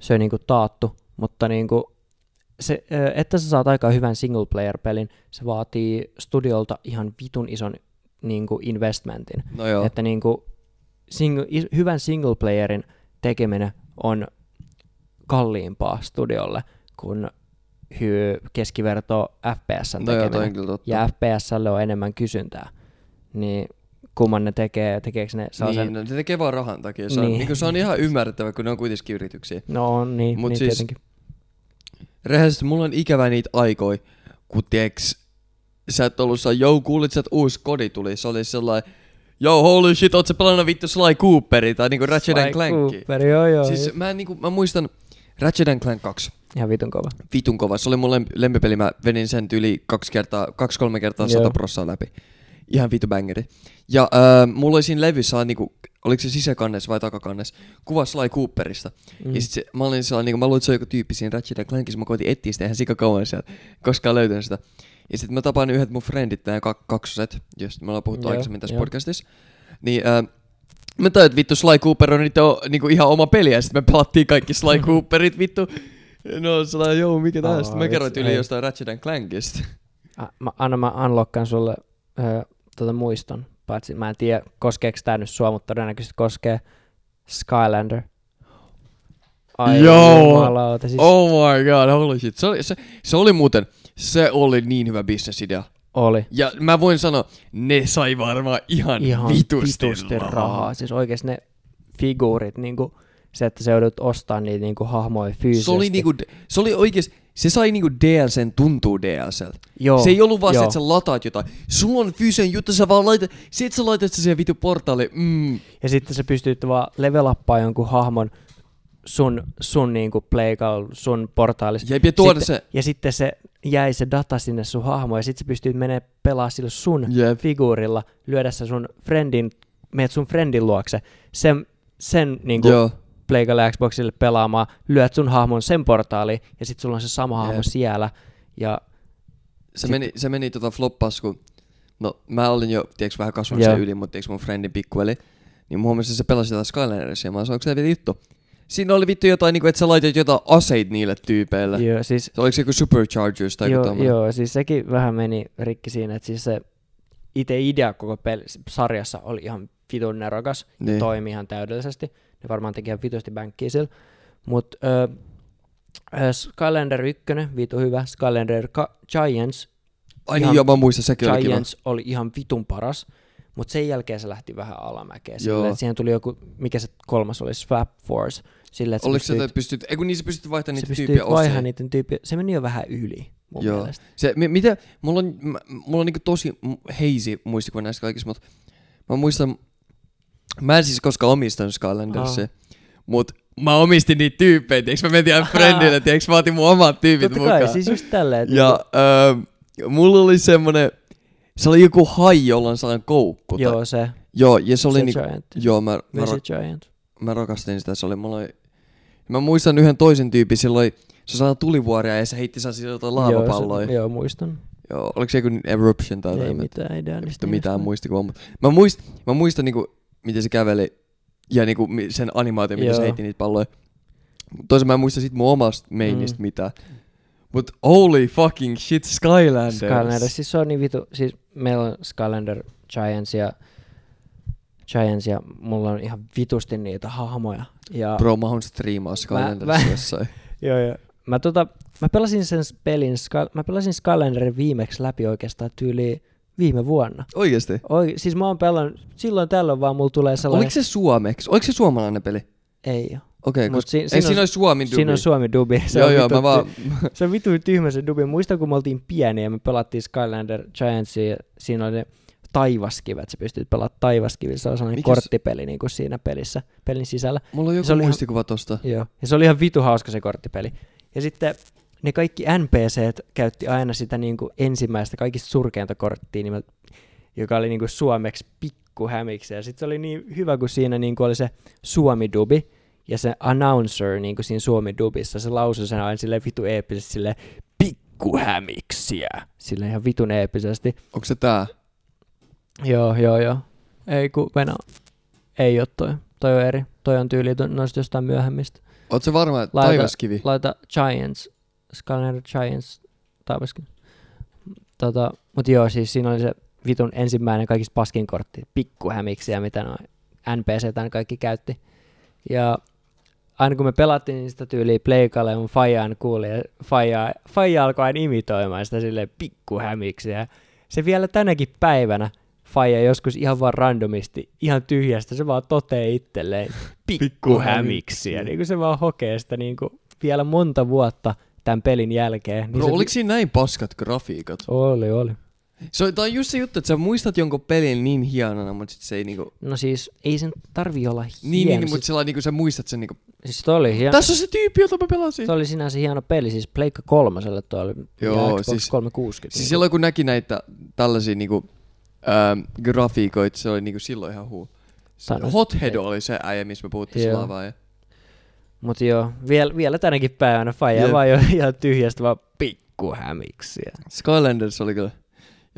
se on niinku taattu, mutta niinku, se, ö, että sä saat aika hyvän single player pelin, se vaatii studiolta ihan vitun ison niinku investmentin.
No joo.
Että niin kuin single, is, hyvän single playerin tekeminen on kalliimpaa studiolle kuin hy, keskiverto FPS
no joo, toi
tekeminen.
on kyllä totta.
ja FPSlle on enemmän kysyntää. Niin kumman ne tekee, tekeekö ne saa
niin,
sen?
no, se tekee vaan rahan takia. Se,
Niin.
on, niin kuin, se on ihan ymmärrettävä, kun ne on kuitenkin yrityksiä.
No on, niin,
Mut
niin
siis-
tietenkin.
Rehellisesti mulla on ikävä niitä aikoja, kun tieks, sä et ollut saa, jou, kuulit sä, että uusi kodi tuli. Se oli sellainen, joo, holy shit, oot sä pelannut vittu Sly Cooperi tai niinku Ratchet and
Sly
Clankia.
Cooper, joo, joo.
Siis mä, en niinku, mä muistan Ratchet and Clank 2.
Ihan vitun kova.
vitun kova. Se oli mun lem- lempipeli, mä venin sen yli kaksi kertaa, kaksi kolme kertaa
Joo.
sata prossaa läpi. Ihan vitu bangeri. Ja äh, mulla oli siinä levyssä, aina niinku, oliko se sisäkannessa vai takakannessa, kuva Sly Cooperista. Mm. Ja sit se, mä olin sellainen, niinku, mä luulin, että se on joku tyyppi siinä Ratchet and Clankissa, mä koitin etsiä sitä, eihän sika kauan sieltä, koskaan löytänyt sitä. Ja sitten mä tapaan yhdet mun friendit, nämä kak- kaksoset, joista me ollaan puhuttu
Joo,
aikaisemmin tässä
joo.
podcastissa. Niin, äh, Mä tajuin, että vittu Sly Cooper on nyt o, niinku ihan oma peli, ja sitten me pelattiin
<laughs>
kaikki Sly Cooperit, vittu. No, sellainen, joo, mikä tää?
Aa,
Sitten mä kerroin
vitsi,
yli
ei. Siis-
jostain Ratchet and Clankista.
A, mä, anna mä unlockkaan sulle ö, tota muiston. Paitsi mä en tiedä, koskeeko tää nyt sua, mutta todennäköisesti koskee Skylander. Ai
Joo.
jumalauta, siis oh.
Oh my god, holy shit. Se oli, se, se oli muuten, se oli niin hyvä bisnesidea.
oli.
Ja mä voin sanoa, ne sai varmaan ihan,
Ihan
vitusti,
rahaa. Siis oikeesti ne figuurit, niinku, se, että sä joudut ostaa niitä niinku, hahmoja fyysisesti.
Se oli, niinku, se oli oikees, se sai niinku DLCn tuntuu DLCltä.
joo,
Se ei ollut vaan se,
joo.
että sä lataat jotain. Sulla on fyysinen juttu, sä vaan laitat, se, että sä laitat sen siihen vitu portaalle, mm,
Ja sitten sä pystyt vaan levelappaa jonkun hahmon sun, sun niinku pleikalla, sun portaalissa.
jäi pidä tuoda
sitten,
se.
Ja sitten se jäi se data sinne sun hahmoon ja sitten sä pystyt menemään pelaa sillä sun
Jep.
figuurilla, lyödä sä sun friendin, meet sun friendin luokse, sen, sen niinku
Joo.
Pleikalle ja Xboxille pelaamaan, lyöt sun hahmon sen portaaliin ja sitten sulla on se sama hahmo
Jep.
siellä. Ja
Se
Sit-
meni, se meni tota floppas, kun... No, mä olin jo, tiiäks, vähän kasvanut
Joo.
sen yli, mutta tiiäks, mun friendi pikkuveli. Niin mun mielestä se pelasi jotain Skylandersia, ja mä sanoin, onko se vielä juttu? Siinä oli vittu jotain, niinku, että sä laitat jotain aseita niille tyypeille. Yeah.
joo, siis,
Se oliko se joku Superchargers tai joku
joo,
tommonen?
joo, siis sekin vähän meni rikki siinä, että siis se itse idea koko peli, sarjassa oli ihan vitun nerokas.
Niin.
toimi ihan täydellisesti. Ne varmaan teki ihan vitusti bänkkiä sillä. Mutta Skylander 1, vitu hyvä. Skylander ka- Giants,
Ai niin,
ihan-
joo, mä muistan, sekin oli kiva.
Giants oli ihan vitun paras. Mutta sen jälkeen se lähti vähän alamäkeen.
Joo.
Sille, siihen tuli joku, mikä se kolmas oli, Swap Force. Sille, että sä
Oliko se,
pystyit,
että pystyt, ei kun niin sä pystyt vaihtamaan
sä
niitä
pystyit
tyyppiä osia.
vaihtamaan niiden tyyppiä. Se meni jo vähän yli mun
Joo.
mielestä.
Se, mi- mitä, mulla on, mä- mulla on niinku tosi m- heisi muistikuva näistä kaikista, mutta mä muistan, mä en siis koskaan omistanut Skylandersia, mutta mä omistin niitä tyyppejä, tiiäks mä menin aina friendille, tiiäks mä otin mun omat tyypit
Totta
mukaan.
kai, siis just tälleen. että
Ja öö, mulla oli semmonen, se oli joku hai, jolla on sellainen koukku.
niinku-
tai-
joo, se,
joo ja se oli
se Niin
niinku,
Giant.
joo mä, mä,
Vesi
rak,
Giant.
mä rakastin sitä, se oli, mulla oli, mä muistan yhden toisen tyypin, silloin se saa tulivuoria ja se heitti sellaisia jotain
Joo,
laavapalloja.
se, joo muistan.
Joo, oliko se joku eruption tai
Ei
jotain? Mä
mitään idea.
en
niistä
vittu mitään
nimistä.
muistikuvaa, mutta mä, muist, mä muistan niinku, miten se käveli ja niinku mi- sen animaatio, miten se
Joo.
heitti niitä palloja. Toisaalta mä en muista sit mun omasta meinistä
Mm.
mitään. Mut holy fucking shit, Skylanders.
Skylanders, siis se on niin vitu, siis meillä on Skylander Giants ja Giants ja mulla on ihan vitusti niitä hahmoja. Ja
Bro, mä oon striimaa Skylanders
mä-
jossain.
Joo, joo. Mä, tota, mä pelasin sen s- pelin, Sky- mä pelasin Skylanderin viimeksi läpi oikeastaan tyyli viime vuonna.
Oikeesti?
Oi, siis mä oon pelannut, silloin tällöin vaan mulla tulee sellainen...
Oliko se suomeksi? Oliko se suomalainen peli?
Ei oo.
Okei,
Mut
okay,
si-
siinä,
No, siinä
siinä,
on-
siinä on suomi dubi.
Siinä on suomi dubi. Se
Joo,
on
joo,
vitu-
mä vaan... <laughs>
<laughs> Se on vitu tyhmä se dubi. Muistan, kun me oltiin pieniä ja me pelattiin Skylander Giantsia ja siinä oli ne taivaskivet. Sä pystyt pelaamaan taivaskivillä. Se on sellainen
Mikäs-
korttipeli niin kuin siinä pelissä, pelin sisällä.
Mulla on joku
Se oli ihan-
muistikuva tosta.
Joo. Ja se oli ihan vitu hauska se korttipeli. Ja sitten ne kaikki NPCt käytti aina sitä niin kuin ensimmäistä kaikista surkeinta korttia, nimeltä, joka oli niin kuin suomeksi pikkuhämiksi. Ja sitten se oli niin hyvä, kun siinä niin kuin oli se suomi-dubi ja se announcer niin kuin siinä suomi-dubissa, se lausui sen aina silleen vitu eeppisesti silleen pikkuhämiksiä. Silleen ihan vitun eeppisesti.
Onko se tää?
Joo, joo, joo. Ei kun Venä... Ei oo toi. Toi on eri. Toi on tyyli to- noista jostain myöhemmistä.
Oot se varma, että
Laita-
taivaskivi?
laita Giants, Scanner Giants, taivaskin. Tota, mut joo, siis siinä oli se vitun ensimmäinen kaikista paskin kortti, pikkuhämiksiä, mitä noin NPC tämän kaikki käytti. Ja aina kun me pelattiin niin sitä tyyliä pleikalle, mun Fajaan kuuli, ja Faija, Faija alkoi aina imitoimaan sitä silleen pikkuhämiksiä. Se vielä tänäkin päivänä, Faija joskus ihan vaan randomisti, ihan tyhjästä, se vaan totee itselleen pikkuhämiksiä. Niin kuin se vaan hokee sitä niin kuin vielä monta vuotta tämän pelin jälkeen. Niin
Bro,
se...
oliko siinä näin paskat grafiikat?
Oli, oli.
Se on, tää on just se juttu, että sä muistat jonkun pelin niin hienona, mutta sit se ei niinku...
No siis, ei sen tarvi olla hieno.
Niin, niin, niin
siis,
mutta sillä niinku sä muistat sen niinku...
siis toi oli hieno.
Tässä on se tyyppi, jota mä pelasin!
Se oli sinänsä hieno peli, siis Pleikka kolmoselle tuo oli
Joo,
Joo, Xbox
siis-
siis, 360.
Siis silloin kun näki näitä tällaisia niinku... Ähm, grafiikoita, se oli niinku silloin ihan huu. Se-
Sano-
Hothead oli se äijä, missä me puhuttiin
Joo.
sillä vaan. ja-
Mutta joo, vielä, vielä tänäkin päivänä Faija
Jep.
vaan jo ihan tyhjästä vaan pikkuhämiksiä.
Skylanders oli kyllä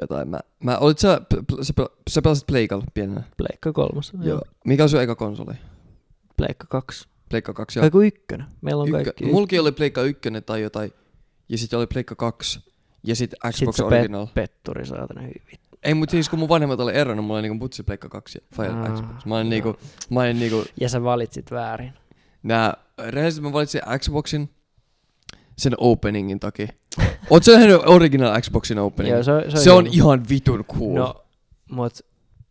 jotain. Mä, mä olit sä, p- p- sä, pel- sä pelasit Pleikalla pienenä.
Pleikka kolmos, joo.
Mikä on sun eka konsoli?
Pleikka kaksi.
Pleikka 2 ja
Kaiku ykkönen. Meillä on
Ykkö,
kaikki.
mulki oli Pleikka 1 tai jotain, ja sitten oli Pleikka 2, ja sitten Xbox
Sit se
Original.
pet, petturi saatana hyvin.
Ei, mutta siis kun mun vanhemmat oli eronnut, mulla oli niinku putsi Pleikka 2 ja Fire
Ah,
Xbox. Mä olin
joo.
niinku, mä olin niinku,
Ja sä valitsit väärin.
nää, rehellisesti mä valitsin Xboxin sen openingin
<laughs>
takia. Oot sä nähnyt Original Xboxin openingin?
Joo, Niin. se, niinku- on-
se, se on
hyvä.
ihan vitun cool.
No, mut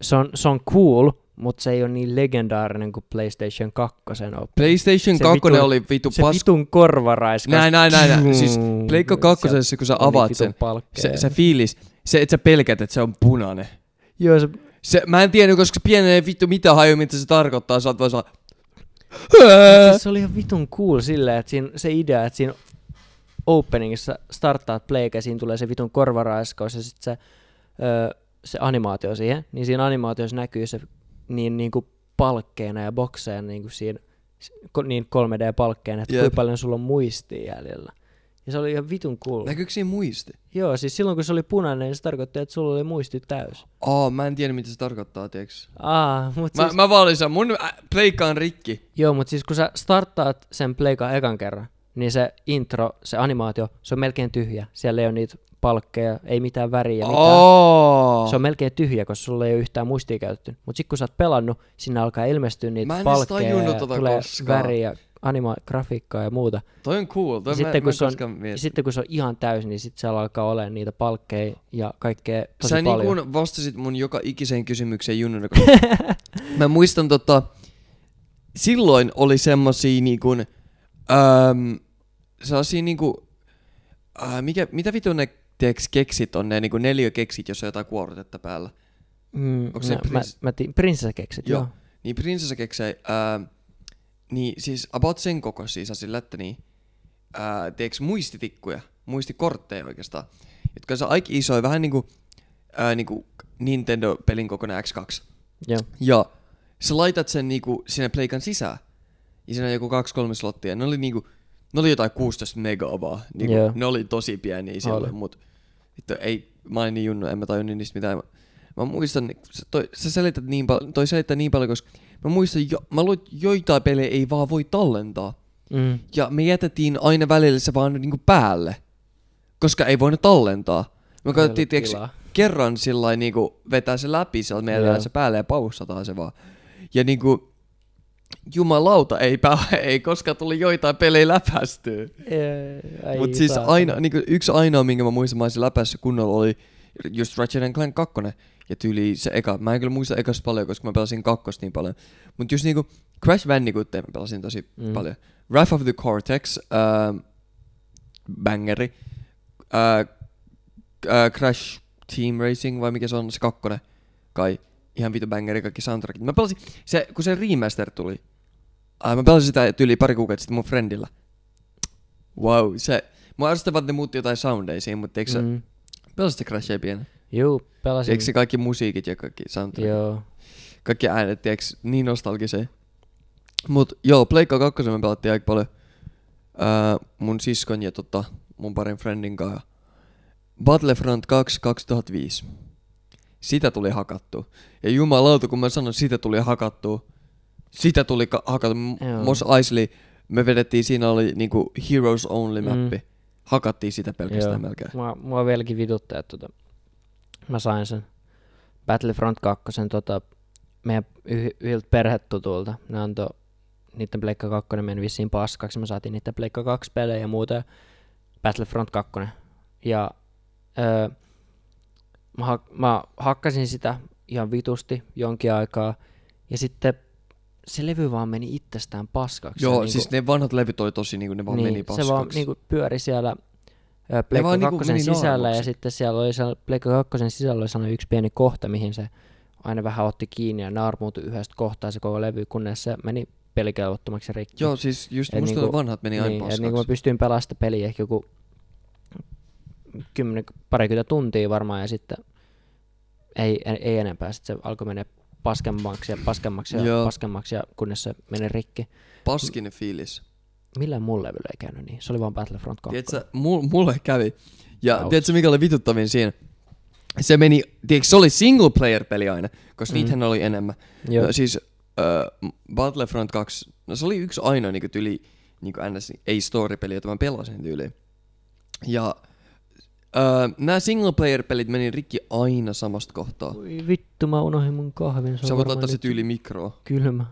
se on, se on cool, mutta se ei ole niin legendaarinen kuin PlayStation 2 op.
PlayStation
se
2
vitun-
oli vitu
se
pas...
vitun korvaraiskas.
Näin, näin, näin, näin. Siis
Tjuu.
Pleikka
Sieltä
2, kun sä
on niin
avaat
vitun
sen, se,
palkkeja.
se fiilis, se, että sä pelkät, että se on punainen.
Joo, se,
Se, mä en tiedä, koska pienenä ei vittu mitä haju, mitä se tarkoittaa. Sä oot vaan saa... Öö.
siis se oli ihan vitun cool silleen, että siinä, se idea, että siinä openingissa starttaat pleikä, siinä tulee se vitun korvaraiskaus ja sitten se, öö, se animaatio siihen, niin siinä animaatiossa näkyy se niin, niin kuin palkkeena ja bokseena niin kuin siinä ko- niin 3D-palkkeena, että
Jep.
kuinka paljon sulla on muistia jäljellä. Ja se oli ihan vitun cool.
Näkyykö siinä muisti?
Joo, siis silloin kun se oli punainen, niin se tarkoitti, että sulla oli muisti täys.
Aa, mä en tiedä, mitä se tarkoittaa, tiiäks.
Aa, mut
Mä,
siis,
mä vaan olin saa, mun ä, pleikka on rikki.
Joo, mutta siis kun sä starttaat sen pleikan ekan kerran, niin se intro, se animaatio, se on melkein tyhjä. Siellä ei ole niitä palkkeja, ei mitään väriä, mitään.
Aa.
Se on melkein tyhjä, koska sulla ei ole yhtään muistia käytetty. Mutta sitten kun sä oot pelannut, sinne alkaa ilmestyä niitä
Mä en edes
palkkeja,
tajunnut
ja
tota
tulee
koskaan.
väriä, anima- grafiikkaa ja muuta.
Toi on cool. Toi
Ja
sitten mä,
sitten
kun
kun
mä en
se on-
koskaan
Ja
mieti.
sitten kun se on ihan täysin, niin sitten siellä alkaa olemaan niitä palkkeja ja kaikkea tosi
Sä niin
paljon.
kuin vastasit mun joka ikiseen kysymykseen
<laughs>
junnuna. kun- mä muistan tota, silloin oli semmosia niin kuin, äm, sellaisia niin kuin, äh, mikä, mitä vittu ne tiiäks, keksit on, ne niin kuin neliökeksit, jos on jotain kuorotetta päällä.
Mm,
onks se
no, mä,
prins-
mä tiin, prinsessakeksit,
Joo.
joo.
Niin prinsessa keksei, ää, Niin siis about sen kokoisia sä sillä, että niin, ää, teeks muistitikkuja, muistikortteja oikeastaan, jotka on aika isoja, vähän niinku, ää, niinku Nintendo-pelin kokoinen X2.
Joo.
Ja sä laitat sen niinku sinne pleikan sisään. Ja siinä on joku kaksi kolme slottia. Ja Ne oli niinku, ne oli jotain 16 megaa vaan. Niinku,
Joo.
Ne oli tosi pieniä
Oli.
silloin, mut vittu, ei, mä olin niin junnu, en mä tajunnut niistä mitään. Mä, mä muistan, niin, sä, toi, sä selität niin paljon, toi selittää niin paljon, koska mä muistan, jo, mä luin, että joitain pelejä ei vaan voi tallentaa.
Mm.
Ja me jätettiin aina välillä se vaan niinku päälle, koska ei voinut tallentaa. Me
Ei ollut
katsottiin, tiiäks,
tilaa.
kerran sillä niinku vetää se läpi, sillä
Joo.
meillä se päälle ja paustataan se vaan. Ja niinku, jumalauta, ei, pää, <laughs> ei koskaan tullut joitain pelejä läpästyä.
Ai
Mutta siis
saatana.
aina, niinku, yksi ainoa, minkä mä muistan, mä olisin läpäissyt kunnolla, oli just Ratchet and Clank 2. Ja tyyli se eka. Mä en kyllä muista ekas paljon, koska mä pelasin kakkosta niin paljon. Mutta just niinku Crash Bandicoot mä pelasin tosi
Mm.
mm. paljon. Wrath of the Cortex, ähm, bangeri. Äh, äh, Crash Team Racing, vai mikä se on, se kakkonen. Kai ihan vitu bangeri kaikki soundtrackit. Mä pelasin, se, kun se remaster tuli, äh, mä pelasin sitä yli pari kuukautta sitten mun friendillä. Wow, se, mä arvostan, että ne muutti jotain soundeja siihen, mutta eikö mm.
Mm.
se, pelasit se Crashia pienen?
Juu, pelasin.
Eikö se kaikki musiikit ja kaikki soundtrackit?
Joo.
kaikki äänet, tiiäks, niin nostalgiseen. Mut joo, Pleikka 2 me pelattiin aika paljon ää, mun siskon ja tota, mun parin friendin kanssa. Battlefront 2 2005. Sitä tuli hakattu. Ja jumalauta, kun mä sanon, sitä tuli hakattu. Sitä tuli ka- hakattu.
Joo.
M- Mos Eisley, me vedettiin, siinä oli niinku Heroes Only
Mm.
mappi. Hakattiin sitä pelkästään
Joo.
melkein.
Mua, mua vieläkin vituttaa, että tota, mä sain sen Battlefront 2 tota, meidän yh, yhdeltä perhetutulta. Ne antoi niiden Pleikka 2 meni vissiin paskaksi. Me saatiin niiden Pleikka 2 pelejä ja muuta. ja Battlefront 2. Ja öö, mä, hak, mä, hakkasin sitä ihan vitusti jonkin aikaa. Ja sitten se levy vaan meni itsestään paskaksi. niinku
Joo,
Ja
siis ne vanhat levyt oli tosi niinku, ne vaan
niin,
meni paskaksi.
Se vaan niinku pyöri siellä ö, Pleikka
vaan niinku
2
meni
sisällä ja
naarmuksi.
sitten siellä oli siellä Pleikka 2 sisällä oli sellainen yksi pieni kohta, mihin se aina vähän otti kiinni ja naarmuutui yhdestä kohtaa se koko levy, kunnes se meni pelikelvottomaksi ja rikki.
Joo, siis just
Et
musta
niinku-
niinku, vanhat meni aina
niin, et
paskaksi.
niin kuin mä pystyin pelaamaan sitä peliä ehkä joku 10, parikymmentä tuntia varmaan ja sitten ei, ei, ei enempää. Sitten se alkoi mennä paskemmaksi ja paskemmaksi ja
Joo.
paskemmaksi ja kunnes se meni rikki.
Paskin fiilis.
Millään mun levyllä ei käynyt niin. Se oli vaan Battlefront 2.
Tiedätkö, mul, mulle kävi. Ja
Aus.
tiedätkö, mikä oli vituttavin siinä? Se meni, tiedätkö, se oli single player peli aina, koska
Mm.
mm. niitähän oli enemmän.
Joo.
No, siis äh, Battlefront 2, no se oli yksi ainoa niinku tyli, niinku ns. ei story peli, jota mä pelasin tyyliin. Ja äh, nämä single player pelit meni rikki aina samasta kohtaa.
Voi vittu, mä unohdin mun kahvin. Se on
Sä voit
varmaan
laittaa se
nyt
tyyli mikroa.
Kylmä.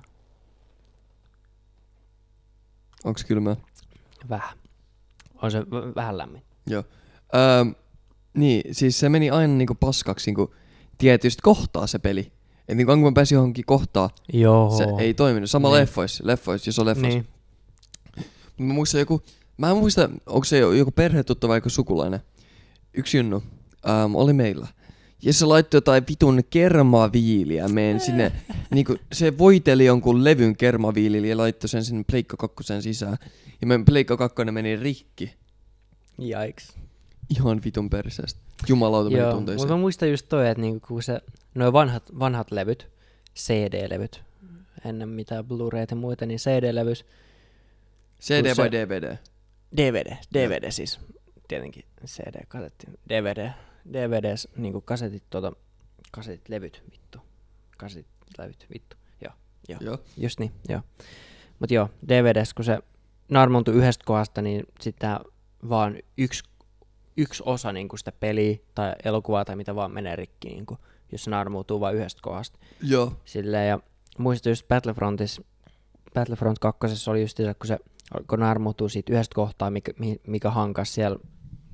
Onks kylmää?
Vähän. On se v- vähän lämmin.
Joo. Öm, niin, siis se meni aina niinku paskaksi niinku tietystä kohtaa se peli. Et niinku aina kun mä pääsin johonkin kohtaan,
Joo.
se ei toiminut. Sama
Niin.
niin. leffois, leffois, jos on leffois.
Niin.
Niin. Mä muistan joku, mä en muista, onko se jo- joku perhetuttava vai joku sukulainen. Yksi junnu öm, oli meillä. Ja se laittoi jotain vitun kermaviiliä meen
<laughs>
sinne. niinku, se voiteli jonkun levyn kermaviilillä ja laittoi sen sinne Pleikka kakkosen sisään. Ja meidän Pleikka kakkonen meni rikki.
Jaiks.
Ihan vitun perseestä. Jumalauta meni
Joo, mutta
tunteisiin.
mä muistan just toi, että niinku, kun se, noi vanhat, vanhat levyt, CD-levyt, ennen mitään Blu-rayt ja muita, niin CD-levys,
CD
Kun se-
vai DVD?
DVD, DVD siis, tietenkin CD, kasetti, DVD, DVD, niinku kasetit, tota, kasetit, levyt, vittu, kasetit, levyt, vittu, joo, joo.
Joo.
Just niin, joo. Mutta joo, DVDs, kun se narmontui yhdestä kohdasta, niin sitä vaan yksi, yksi osa niin kuin sitä peliä tai elokuvaa tai mitä vaan menee rikki, niin kuin, jos se narmuutuu vain yhdestä kohdasta.
Joo.
Silleen, ja muistan just Battlefrontissa, Battlefront 2 oli just se, kun se alkoi narmuutua siitä yhdestä kohtaa, mikä, mi- mikä hankas siellä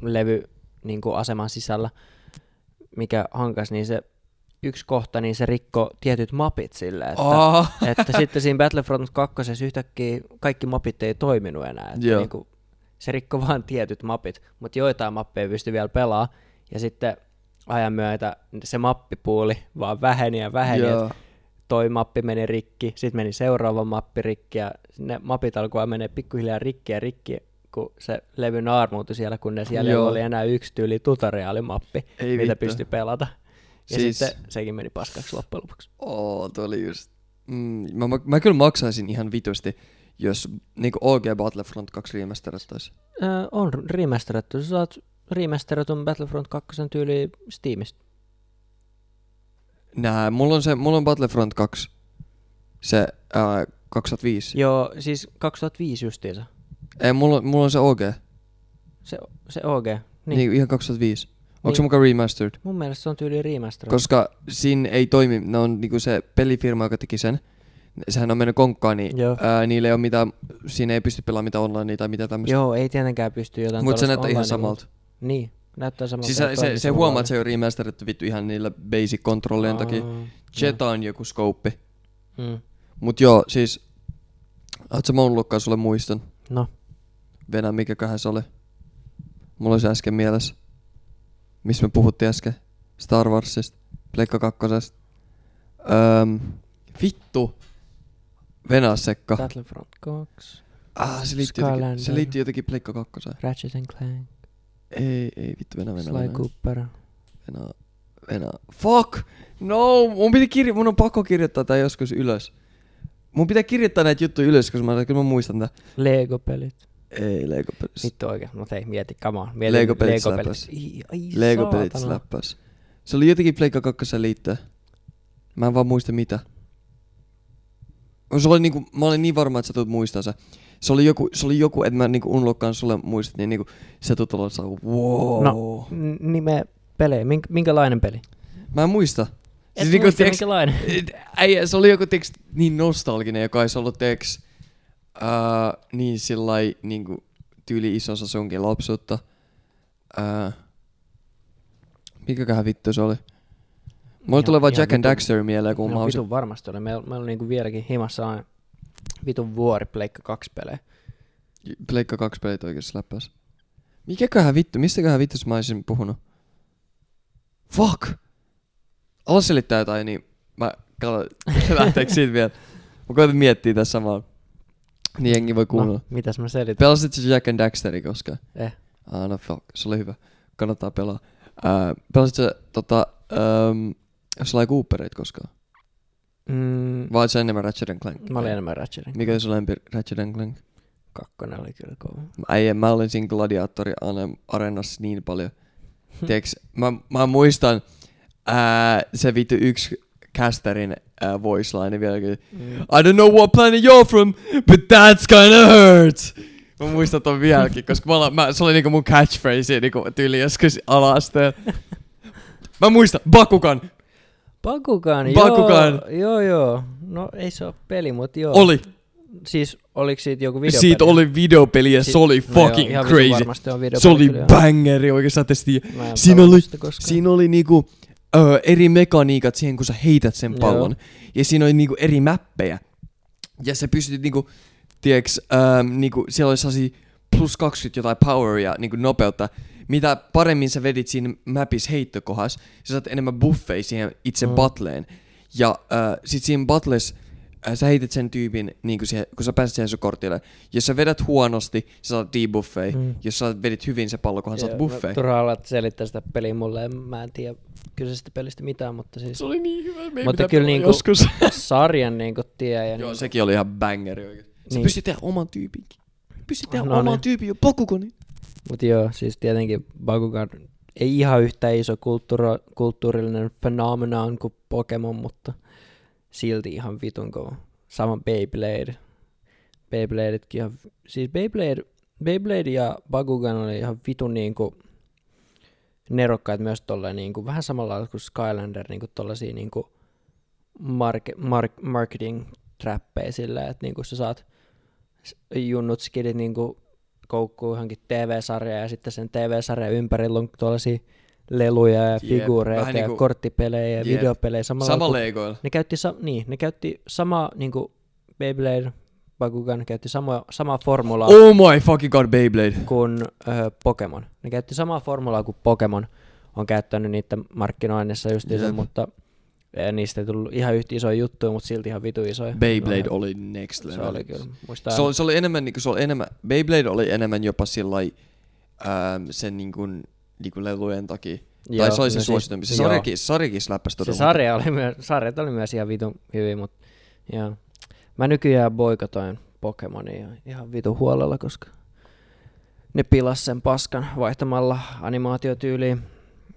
levy niin kuin aseman sisällä, mikä hankas, niin se yksi kohta, niin se rikko tietyt mapit silleen, että
Ah,
että sitten siinä Battlefront 2 yhtäkkiä kaikki mapit ei toiminut enää. Että
Joo.
niin kuin, se rikko vaan tietyt mapit, mutta joitain mappeja pystyi vielä pelaamaan. Ja sitten ajan myötä se mappipuuli vaan väheni ja väheni. Et
joo.
toi mappi meni rikki, sitten meni seuraava mappi rikki ja ne mapit alkoi menee pikkuhiljaa rikki ja rikki, kun se levy naarmuutui siellä, kun ne siellä
Joo.
Joo. oli enää yksi tyyli tutoriaalimappi,
Ei
mitä
vittu.
pystyi pelata. Ja
Siis-
siis... sitten sekin meni paskaksi loppujen lopuksi.
Oo, toi oli just... Mm, mä, mä, mä kyllä maksaisin ihan vitusti, jos niinku OG Battlefront 2 remasterattaisi.
Öö, on remasterattu. Sä saat remasteratun Battlefront 2 tyyli Steamista.
Nää, mulla on, se, mulla on Battlefront 2. Se ää, 2005.
Joo, siis 2005 justiinsa.
Ei, mulla, mulla on se OG.
Se, se OG.
Niin.
Niin.
Niin, ihan 2005. Onko se
Niin.
muka remastered?
Mun mielestä se on tyyli remasterattu.
Koska siinä ei toimi, ne on niinku se pelifirma, joka teki sen. Sehän on mennyt konkkaan, niin
Joo.
ää, niillä ei ole mitään, siinä ei pysty pelaamaan mitään online tai mitään tämmöistä.
Joo, ei tietenkään pysty jotain
Mutta se
tuollaista
näyttää ihan
online-
samalta.
Niin, näyttää samalta.
Siis
ja
se, se,
toimii
se huomaa,
samalla
että se on remasteritty vittu ihan niillä basic controllien takia.
Aa,
Jeta on joku scope.
joo. Mm.
Mut joo, siis... Oletko mä ollutkaan sulle muiston?
No,
Venä, mikäköhän se oli? Mulla olisi äsken mielessä. Missä me puhuttiin äsken? Star Warsista. Pleikka kakkosesta. Öm, vittu. Venä sekka.
Battlefront 2,
Ah, se liittyy jotenkin, se
Skylander.
liittyy jotenkin Pleikka kakkoseen.
Ratchet and Clank,
Ei, ei vittu, Venä, Venä,
Sly
Venä.
Cooper.
Venä, Venä. Fuck! No, mun, piti kirjo- mun on pakko kirjoittaa tää joskus ylös. Mun pitää kirjoittaa näitä juttuja ylös, koska mä, kyllä mä muistan tää.
Lego-pelit.
Ei, Lego Pelit.
Vittu oikein, mutta ei mieti, come on. Mieti
Lego-pelit
Lego-pelit.
slappasi.
Ii, ai
Lego Pelit
saatana.
slappas. Se oli jotenkin Pleikka 2 liittyen. Mä en vaan muista mitä. Se oli niinku, mä olin niin varma, että sä tulet muistaa se. Se oli joku, se oli joku että mä niinku unlokkaan sulle muistat, niin niinku sä tulet olla se, wow.
No, n- nime pelejä. Mink, minkälainen peli?
Mä en muista. niinku,
Et siis muista
tiiäks-
minkälainen.
Et- Äijä, se oli joku teks, niin nostalginen, joka ei ollut teks, ää, niin sillai niinku, tyyli isonsa sunkin lapsuutta. Ää, mikäköhän vittu se oli? Mulla
Ihan-
tulee vaan
ihan
Jack and
vitun-
Daxter mieleen, kun mä
no,
osin...
vitun varmasti oli. Meillä, meillä on niinku vieläkin himassa aina vitun vuori pleikka kaksi pelejä. No,
Pleikka kaksi pelit oikeassa läppäs. Mikäköhän vittu, mistäköhän vittu mä olisin puhunut? Fuck! Ala selittää jotain, niin mä katson, <laughs> lähteekö siitä vielä. Mä koitan miettiä tässä samalla. Niin jengi voi kuunnella.
No, mitäs mä selitän?
Pelasit sä Jack and Daxteri koskaan?
Eh.
Ah, no fuck, se oli hyvä. Kannattaa pelaa. Ää, pelasit sä tota, ähm, Sly Cooperit koskaan?
Mm,
Vai oot sä enemmän Ratchet and Clank?
mä olin enemmän Ratchetin.
Mikä oli sun lempi Ratchet and Clank?
Kakkonen oli kyllä kova.
Äijä, mä olin siinä Gladiatori ane- areenassa niin paljon.
Hm.
Tiiäks, mä, mä muistan ää, se vittu yksi casterin ää, voice line vieläkin.
Mm.
I don't know what planet you're from, but that's kinda hurts. Mä muistan ton vieläkin, koska mä, ala- mä, se oli niinku mun catchphrase niinku tyyli joskus alasteen. <laughs> Mä muistan, Bakukan
Bakugan,
Bakugan.
joo, joo, joo. No ei se ole peli, mutta joo.
oli,
Siis oliko siitä joku videopeli?
siitä oli videopeli ja
Si-
se oli fucking
ihan vitun
crazy.
Varmasti on
Se
videopeli
oli
kyllä, joo.
bangeri oikeastaan testi.
Mä en
Siinä
pelannut
oli-
sitä koskaan.
Siinä oli niinku ö, eri mekaniikat siihen, kun sä heität sen
Joo.
pallon. Ja siinä oli niinku eri mäppejä. Ja sä pystyt niinku, tiiäks, ö, niinku, siellä oli sellaisia plus 20 jotain poweria, niinku nopeutta. Mitä paremmin sä vedit siinä mapissa heittokohdassa, sä saat enemmän buffeja siihen itse mm.
Mm.
battleen. Ja ö, sit siinä battles ö, sä heitit sen tyypin, niinku siihen, kun sä pääset siihen sun kortille. Jos sä vedät huonosti, sä saat debuffeja. Mm.
Mm.
Jos sä vedit hyvin se pallo, kunhan saat
Joo,
buffeja.
Turhaa olla että selittää sitä peliä mulle. en- Mä en tiedä kyseisestä pelistä mitään, mutta siis
Se oli niin hyvä, meidän
Mutta
pitää
kyllä
pelata
niinku- <laughs>
joskus.
sarjan niinku tie. Ja
Joo,
niinku-
sekin oli ihan bangeri oikeesti. Sä
Niin.
pystyt tehdä oman tyypinkin. Pystyt tehdä
No
oman
niin.
tyypin jo Bakugonin.
Mutta joo, siis tietenkin Bakugan ei ihan yhtä iso kulttuuro, kulttuurillinen fenomenaan kuin Pokemon, mutta silti ihan vitun kova. Sama Beyblade. Beybladeitkin ihan... Siis Beyblade, Beyblade ja Bakugan oli ihan vitun niinku nerokkaat myös tolleen niinku, vähän samalla lailla kuin Skylander niinku tollasia niinku marke, mark, marketing trappeja sillä, että niinku sä saat s- junnut skidit niinku koukkuun johonkin TV-sarjaan ja sitten sen TV-sarjan ympärillä on tuollaisia leluja ja figuureita
vähän
ja
niinku-
korttipelejä ja
jep.
videopelejä samalla
Sama
lailla
leikoilla.
ne käytti, sa- niin, ne käytti samaa niinku Beyblade, Bakugan käytti samaa, samaa formulaa
Oh my fucking god, Beyblade.
kuin ö, Pokemon. Ne käytti samaa formulaa kuin Pokemon on käyttänyt niitä markkinoinnissa just
Jep.
mutta Ja niistä ei tullut ihan yhtä isoja juttuja, mutta silti ihan vitu isoja.
Beyblade
No,
oli next
Se
level.
oli kyllä. Muistaa
Se oli, se oli enemmän, niin kuin, se oli enemmän, Beyblade oli enemmän jopa sillä sen niin kuin, niin kuin lelujen takia. Joo, tai se oli se
no siis-
suositumpi. Se
joo.
sarjakin, sarjakin läppäsi
Se
todella.
sarja oli myös, sarjat oli myös ihan vitun hyvin, mutta joo. Mä nykyään boikotoin Pokemonia ihan vitun huolella, koska ne pilas sen paskan vaihtamalla animaatiotyyliin.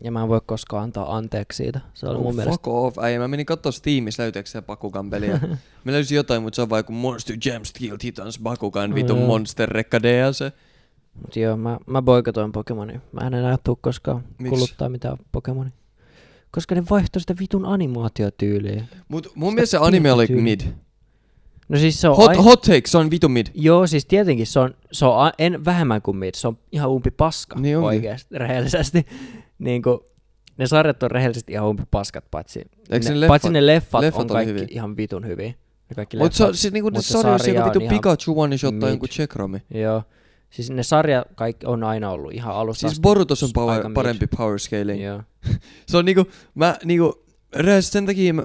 Ja mä en voi koskaan antaa anteeksi siitä. Se oli
Oh,
mun
fuck
mielestä...
off. Ei, mä menin katsoa Steamissa löytääkö siellä
<laughs>
Bakugan peliä. mä löysin jotain, mutta se on vaan joku Monster Jam Steel Titans Bakugan vitun
Mm.
Monster Rekka DS.
Mut joo, mä, mä boikotoin Pokemonia. Mä en enää tuu koskaan
Miksi?
kuluttaa mitään Pokemonia. Koska ne vaihtoi sitä vitun animaatiotyyliä.
Mut mun
Sitä
mielestä se anime oli
piirrettyä.
mid.
No siis se on...
Hot,
ai-
hot take, se on vitun mid.
Joo, siis tietenkin se on, se on a- en, vähemmän kuin mid, se on ihan umpi paska
Niin
niin
onkin.
oikeasti, rehellisesti. <laughs> niin kuin, ne sarjat on rehellisesti ihan umpi paskat, paitsi,
Eikö ne
ne,
leffat-
paitsi ne leffat,
leffat
leffat
oli
on kaikki
hyviä?
ihan vitun hyviä. Ne kaikki
Mut
leffat,
se, on- siis niinku
mut
se sarja on siellä
sarja on
vitun
ihan-
Pikachu one shot tai
mid.
jonkun Checkromi.
Joo, siis ne sarja kaikki on aina ollut ihan alusta
Siis
asti
Borutos on
aika
power,
mid.
parempi power scaling.
Joo.
Se on niinku, mä niinku, rehellisesti sen takia mä,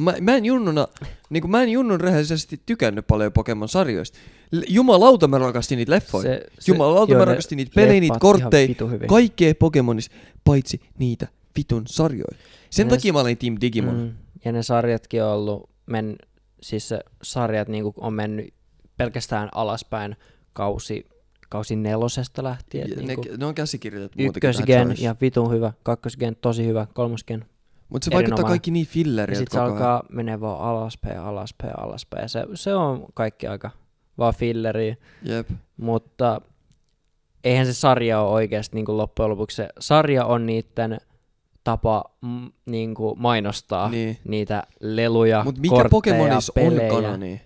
mä, mä en junnuna, niinku mä en junnun rehellisesti tykännyt paljon Pokemon sarjoista. L- Jumalauta mä rakastin niitä leffoja. Se, Jumalauta
joo,
mä
ne
rakastin niitä pelejä, niitä
leffat ihan
kortteja,
vitun hyviä.
kaikkea Pokemonissa, paitsi niitä vitun sarjoja. Sen
Ja
takia
s-
mä olin Team Digimon. Mm.
Mm. Ja ne sarjatkin on ollut, men, siis se sarjat niinku on mennyt pelkästään alaspäin kausi, kausi nelosesta lähtien.
Ja ne,
niinku,
ne on käsikirjoitettu muutenkin
ykkösgen ja vitun hyvä, kakkosgen tosi hyvä, kolmosgen.
Mutta se vaikuttaa
erinomainen.
kaikki niin
Ja
filleriltä
sit se
koko ajan.
alkaa menee vaan alaspäin, ja alaspäin, ja alaspäin. Ja se, se on kaikki aika vaan filleri,
Jep.
mutta eihän se sarja ole oikeasti niin loppujen lopuksi. Se sarja on niiden tapa mm, niin kuin mainostaa
Niin.
niitä leluja,
Mutta mikä
ah, kortteja,
Pokemonissa on
pelejä.
kanoni?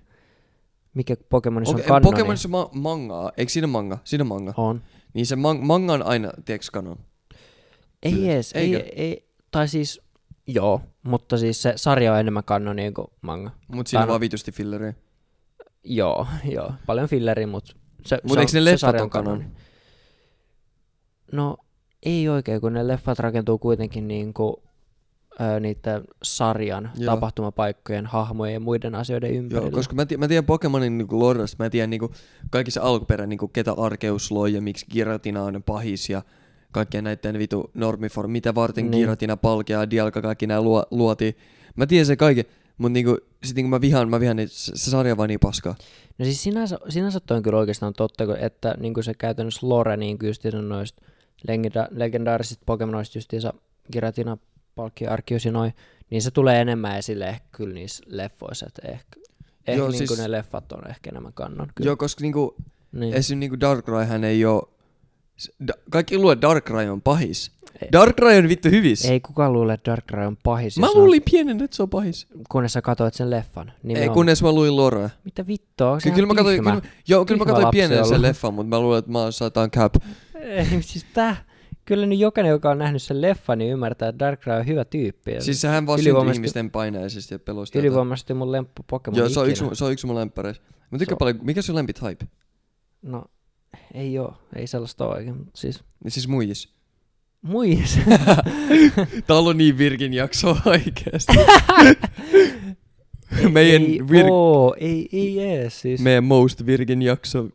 Mikä Pokemonissa
Okei,
on kanoni?
Pokemonissa ma- mangaa. Eikö siinä manga? Siinä manga.
On.
Niin se man- manga on aina, tiedätkö, kanon.
Ei ees, ei,
Eikö?
ei, tai siis, joo, mutta siis se sarja on enemmän kanoni kuin manga.
Mut siinä on
Kanon.
vaan vitusti filleriä.
Joo, joo, paljon filleriä, mutta se,
Mut
se
eikö ne
se
leffat
sarja
on kanoni?
No ei oikein, kun ne leffat rakentuu kuitenkin niinku, ö, niiden sarjan,
Joo.
joo. tapahtumapaikkojen, hahmojen ja muiden asioiden ympärillä.
Joo, koska mä, tii- mä tiedän Pokemonin niinku loresta, mä tiedän niinku kaikissa alkuperä, niinku ketä Arkeus loi ja miksi Giratina on pahis ja kaikkien näiden vitu normiform, mitä varten niin.
Niin.
Giratina palkeaa, Dialga, kaikki nää luo, luotiin. Mä tiedän se kaiken, mut niinku, sit niinku mä vihaan, mä vihaan, niitä- se, se sarja on vaan niin paskaa.
No siis sinänsä, sinänsä toi on kyllä oikeastaan totta, kun- että niin kuin se käytännössä lore, niin kuin justiinsa noista legenda- legendaarisista Pokemonoista justiinsa Giratina, Palkia, Arceus ja noin, niin se tulee enemmän esille ehkä kyllä niissä leffoissa, että ehkä, ehkä
Joo,
Joo, niin
siis-
siis... ne leffat on ehkä enemmän kannon.
Kyllä.
Kyllä.
Joo, koska niinku,
niin.
niin. esim. niinku Darkrai hän ei oo, s- da, kaikki luo, että Darkrai on pahis.
Ei.
Darkrai on vittu hyvis.
Ei kukaan luule, että Darkrai on pahis,
Mä
jos
luulin pienen, että se on pahis.
on, kunnes sä katsoit sen leffan. Niin
Ei, kunnes mä luin Lorea.
Mitä vittua,
Ky- kyllä mä katsoin, kyllä, mä- joo, kyllä mä
Tyhmä
katsoin
lapsi
pienen sen
ollut.
leffan, mutta mä luulen, että mä oon satan cap.
Ei, siis tää, kyllä nyt jokainen, joka on nähnyt sen leffan, niin ymmärtää, että Darkrai on hyvä tyyppi.
Siis sehän vaan syntyi
Ylivoimaisesti-
ihmisten paineisesti ja pelosta.
Ylivoimaisesti mun lemppu Pokemon
Tuota. Joo, se on,
ikinä.
yksi, mun- se on yksi mun lemppäreistä. Mä
Se
tykkään
on-
paljon, mikä sun lempi type?
No, ei oo, ei sellaista ole oikein, mutta siis
Niin siis
<laughs>
muijis.
muis.
Tää on ollut niin virkin jakso oikeesti. <laughs>
<laughs>
meidän,
ei
vir-
oo, ei, ei ees, siis Me...
meidän most virkin jakso.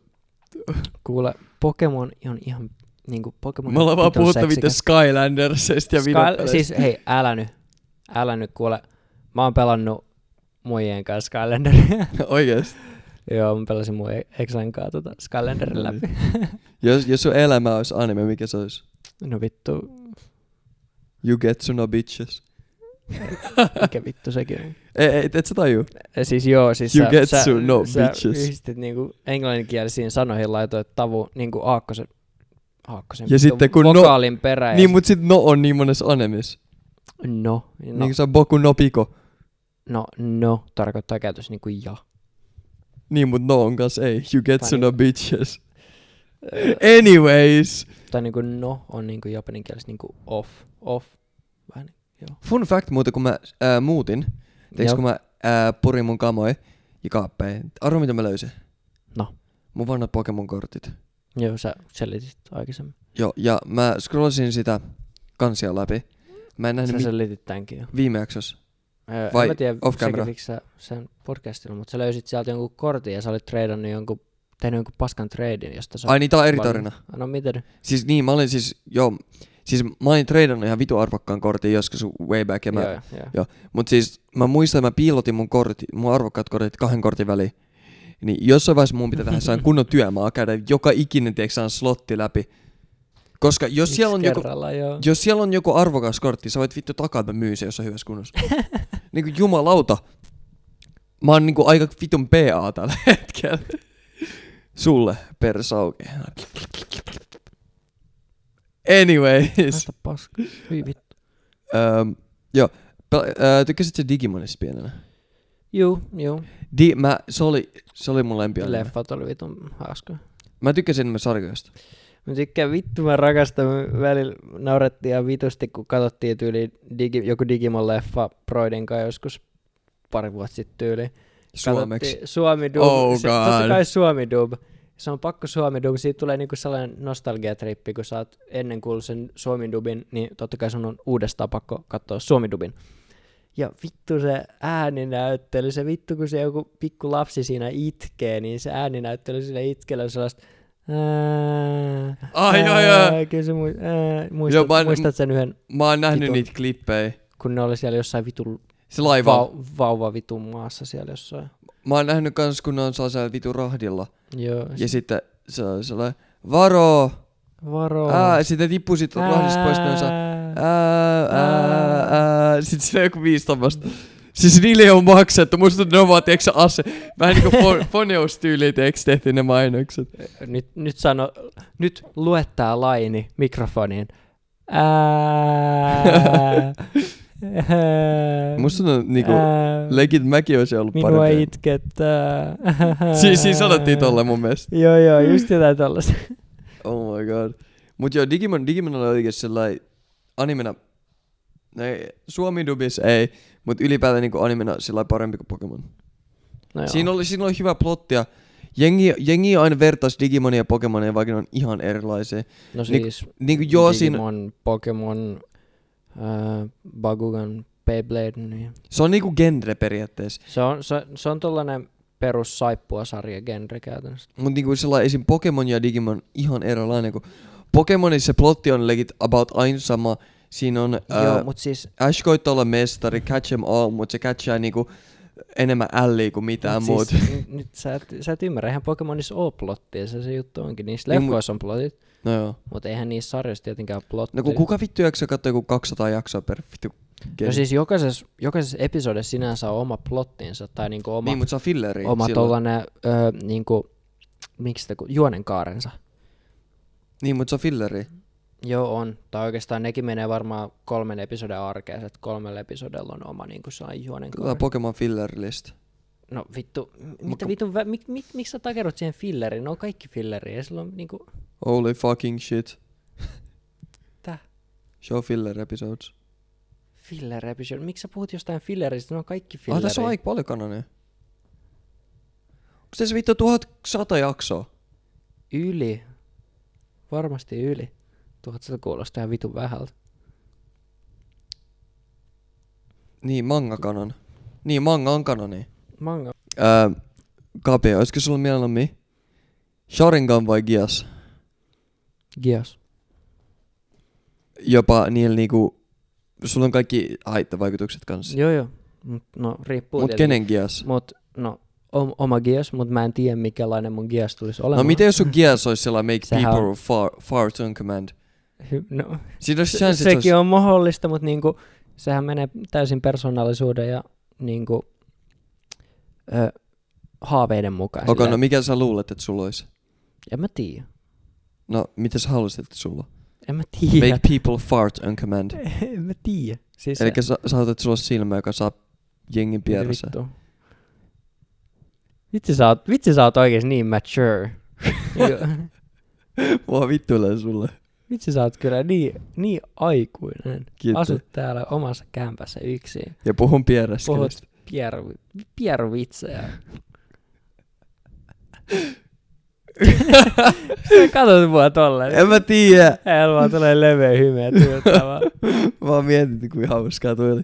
kuule, Pokemon on ihan niinku Pokemon
Me ollaan vaan
vitun
puhuttu vittu
seksikäs.
Skylandersista ja
Sky,
videopeleistä.
siis hei, älä nyt, älä nyt kuule, mä oon pelannut muijien kanssa
<laughs>
Skylanderia.
<laughs> Oikeesti.
Joo, mä pelasin mun e- Exan kanssa tota Skylanderin
No niin.
läpi.
Jos, jos sun elämä olisi anime, mikä se olisi?
no vittu,
You get to
<laughs>
know bitches.
mikä vittu sekin on.
Ei, ei, et sä tajuu?
Ja siis joo, siis
You
sä,
get
sä,
to know
sä
bitches.
yhdistit niinku englanninkielisiin sanoihin laitoit tavu niinku aakkosen, aakkosen
Ja sitten kun no-
vokaalin no, perään.
Niin, mut sit no on niin monessa animessa.
no,
No.
no,
Niin se on Boku no Pico.
no, no, tarkoittaa käytössä niinku ja.
Niin, mut no on kas ei. You get to
Tai
no bitches. Eh. Anyways.
tai niinku no on niinku japanin kielessä niinku off, off. Vähän niin.
Fun fact muuten, kun mä ää, muutin, teiks
Joo.
kun mä ää, purin mun kamoja ja kaappeja. Arvo mitä mä löysin?
No.
Mun vanhat Pokemon-kortit.
Joo, sä selitit aikaisemmin.
Joo, ja mä scrollasin sitä kansia läpi. Mä en nähnyt
Sä
mit-
selitit tämänkin jo.
viime jaksossa.
Öö,
Niin, Vai
en mä tiedä,
off camera?
sekä sä sen podcastilla, mutta sä löysit sieltä jonkun kortin ja sä olit treidannut jonkun, tehnyt jonkun paskan treidin, josta sä...
Ai niin, tää on eri
paljon-
tarina.
No mitä nyt?
Siis niin, mä olin siis, joo, siis mä olin treidannut ihan vitu arvokkaan kortin joskus way back, ja mä,
Joo, joo.
Mut siis mä muistan, että mä piilotin mun, kortti, mun arvokkaat kortit kahden kortin väliin. Niin jossain vaiheessa mun pitää tehdä sellainen kunnon työmaa, käydä joka ikinen teeksään slotti läpi. Koska jos
Yksi
siellä, on joku,
kerralla, joo.
jos siellä on joku arvokas kortti, sä voit vittu takaa, että mä myyn sen jossain hyvässä
<laughs>
kunnossa. niin kuin jumalauta. Mä oon niinku aika vitun PA tällä <laughs> hetkellä. Sulle, persauke. Anyways.
Päästä paska. Hyi vittu.
Öm, joo. Pel- öö, tykkäsit sä Digimonista pienenä?
Juu, juu.
Di- mä, se, oli, se oli mun lempianime.
Leffat oli vitun hauska.
Mä tykkäsin enemmän sarjoista.
Mä tykkään vittu, mä rakastan. Me välillä naurettiin ihan vitusti, kun katsottiin tyyli digi, joku Digimon-leffa Broiden kanssa joskus pari vuotta sitten tyyli.
Suomeksi.
Suomi dub.
Oh
se, totta
god.
kai Suomi dub. Se on pakko Suomi dub. Siitä tulee niinku sellainen nostalgiatrippi, kun sä oot ennen kuullut sen Suomi dubin, niin totta kai sun on uudestaan pakko katsoa Suomi dubin. Ja vittu se ääninäyttely, se vittu kun se joku pikku lapsi siinä itkee, niin se ääninäyttely sillä itkellä on sellaista ää,
Ai,
ää,
ai, ai.
Kyllä se mui- ää,
Joo,
muistat,
mä en-
muistat sen yhden,
Mä oon nähnyt
Vitun.
niitä klippejä.
kun ne oli siellä jossain vitun
Se laiva.
vau, vauva vitun maassa siellä jossain.
Mä oon nähnyt kans, kun ne on sellaisella vitu rahdilla.
Joo,
Ja sitten se on sellainen, varo!
varo.
Ää, sitten tippuu sit rahdista pois, ne on saa, ää, ää, ää. Sitten siinä on joku viisi tommasta. Siis niille on maksettu, musta ne ovat, tiiäks, se ase. Vähän niinku
<laughs>
fo- foneustyyliin, tiiäks, tehtiin ne mainokset.
Nyt, nyt, sano, nyt lue tää laini mikrofoniin. <laughs> Ää, ää,
Musta ne on niinku,
ää,
legit mäkin olisi ollut
Minua <laughs>
parempi.
itkettää.
Siis siinä sanottiin tolle mun mielestä.
Joo, joo, just jotain tollasta.
Oh my god. Mut joo, Digimon, Digimon oli oikeesti sellainen animena, no ei, Suomi dubis ei, mut ylipäätään niinku animena sillä parempi kuin Pokemon.
No joo.
Siinä oli, siinä oli hyvä plotti ja jengi, jengi aina vertaisi Digimonia ja Pokemonia, vaikka ne on ihan erilaisia.
no
ni-
siis
Niinku joo, siinä,
Digimon, Pokemon, äh, Bakugan, Beyblade, niin
se on niinku genre periaatteessa.
se on, se, se on tollanen perus sarja genre käytännössä.
Mut niinku sellainen esim. Pokemon ja Digimon ihan erilainen, kun Pokemonissa se plotti on legit about aina sama. Siinä on...
Äh, joo, mut siis
Ash koittaa olla mestari, catch em all, mutta se catchaa niinku enemmän älliä kuin mitään
Mut
muut.
Siis, n- nyt sä et, sä et ymmärrä, eihän Pokemonissa oo plottia, se se juttu onkin. Niissä
Niin, mut-
leffoissa on plotit,
No joo.
mutta eihän niissä sarjoissa tietenkään ole plottia.
No kun kuka vittu jaksaa katsoa joku 200 jaksoa per vittu
Niin. no siis jokaisessa, jokaisessa episodissa sinänsä on oma plottinsa tai niinku oma,
Niin, mutta se on filleri.
oma
silloin.
tollanen, ö, niinku, miksi sitä, ku- juonenkaarensa.
Niin, mutta se on filleri.
Joo on, tai oikeastaan nekin menee varmaan kolmen episoden arkeen, että kolmella episodella on oma niinku sellainen
Kyllä
juonenkaari.
Pokemon fillerlist.
No vittu, m- mitä
kun-
vittu, vä- mik, mik, miksi sä takerot siihen filleriin? No kaikki filleriä, ja silloin niinku,
Holy fucking shit.
Tää?
Show filler episodes.
Filler episode. No, Miksi sä puhut jostain filleristä? Ne on kaikki
Ah,
filleri.
tässä on aika paljon kanoneja. Onko tässä vittu 1100 jaksoa?
Yli. Varmasti yli. 1100 kuulostaa ihan vitun vähältä.
Niin, manga kanon. Niin, manga on kanoni.
Manga.
Öö, Kapi, olisiko sulla mieluummin Sharingan vai Gias?
Gias.
Jopa niillä niinku, sulla on kaikki haittavaikutukset kanssa.
Joo joo. Mut, no riippuu
Mut
tietenkin.
kenen Gias?
Mut no om, oma Gias, mut mä en tiedä mikälainen mun Gias tulisi olemaan.
No miten jos sun Gias olisi sellainen
<laughs>
make
Sehän
people far, far on command?
Hy- no,
Siinä olisi
se,
chance,
sekin
että se
on mahdollista, mut niinku, sehän menee täysin persoonallisuuden ja niinku, ö, haaveiden mukaan.
olisi... Okei,
silleen.
no mikä sä luulet, että sulla olisi?
En mä tiedä.
No, mitä sä haluaisit, että sulla on?
En mä
Make
tiedä.
people fart on command.
<laughs> en mä tiedä. Siis
Eli sä, sä haluat, että sulla olisi silmä, joka saa jengin
Mitä
pieressä.
vittua? Vitsi sä oot, vitsi sä oot oikeesti niin mature. Niinku,
<laughs> Mua vittuilee sulle.
vitsi sä oot kyllä niin, niin aikuinen.
Kiitos.
Asut täällä omassa kämpässä yksin.
Ja puhun pieressä.
Puhut pieru, pieruvitsejä.
<laughs> <laughs>
sä katot mua tolleen.
En mä tiedä. <laughs>
Ei, mulla tulee leveä hymeä tyyttävää.
Mä oon mietin, kuin hauskaa toi oli.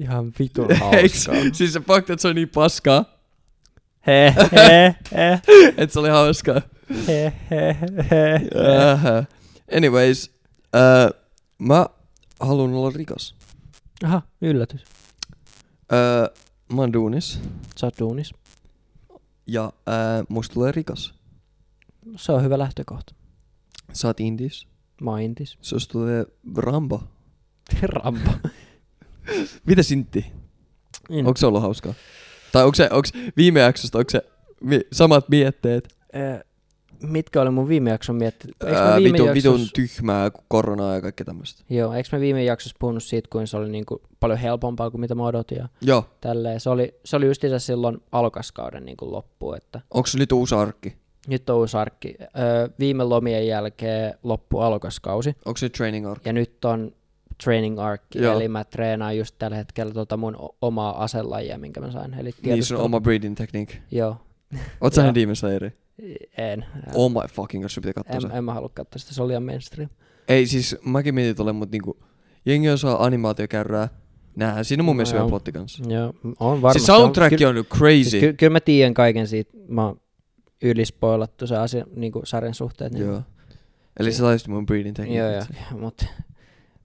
Ihan vitun
Eiks?
hauskaa.
siis se fakta, että se on niin paskaa,
He, he, he,
että se oli hauskaa.
he, he, he, he.
Ähä. Anyways, äh, mä haluan olla rikas.
Aha, yllätys.
Äh, mä oon duunis
Sä oot duunis.
ja äh, musta tulee rikas.
Se on hyvä lähtökohta.
Sä oot indis,
Mä oon intis.
susta tulee ramba.
Rampa.
Mitä sintti?
In.
Onko se ollut hauskaa? Tai onko se, onks, viime jaksosta, onko se mi, samat mietteet?
Ö, Äh, mitkä oli mun viime jakson mietti? Eikö mä
Ää,
viime
Äh, vitun,
jaksos...
vitun tyhmää koronaa ja kaikkea tämmöistä.
Joo, eikö mä viime jaksossa puhunut siitä, kuin se oli niinku paljon helpompaa kuin mitä mä odotin ja
Joo,
tälleen. Se oli, se oli justiinsa silloin alkaskauden niinku loppu, että
onko se nyt uusi arkki?
nyt on uusi arkki. Öö, viime lomien jälkeen loppu alkaskausi
Onko se training arkki?
ja nyt on training arkki,
Joo.
eli mä treenaan just tällä hetkellä tota mun o- omaa aselajia, minkä mä sain. Eli
Niin, sun
tiedustelu-
oma breeding tekniikka.
Joo,
Oot sä
Joo.
nähnyt Demon Slayeria?
en.
Oh my fucking god, sun pitää katsoa se.
en, en mä halua katsoa sitä, se oli ihan mainstream.
Ei siis, mäkin mietin tolle, mut niinku, jengi osaa animaatiokäyrää. Näähän siinä on mun mielestä
Joo.
hyvä plotti kanssa.
Joo, on varmasti.
Siis soundtrack on, nyt crazy.
Siis ky- kyllä mä tiedän kaiken siitä. Mä oon ylispoilattu se asia, niin kuin sarjan suhteen. Niin
Joo. Eli sä taisit mun breeding
Joo, joo. <laughs>
tekniikat.
Mut,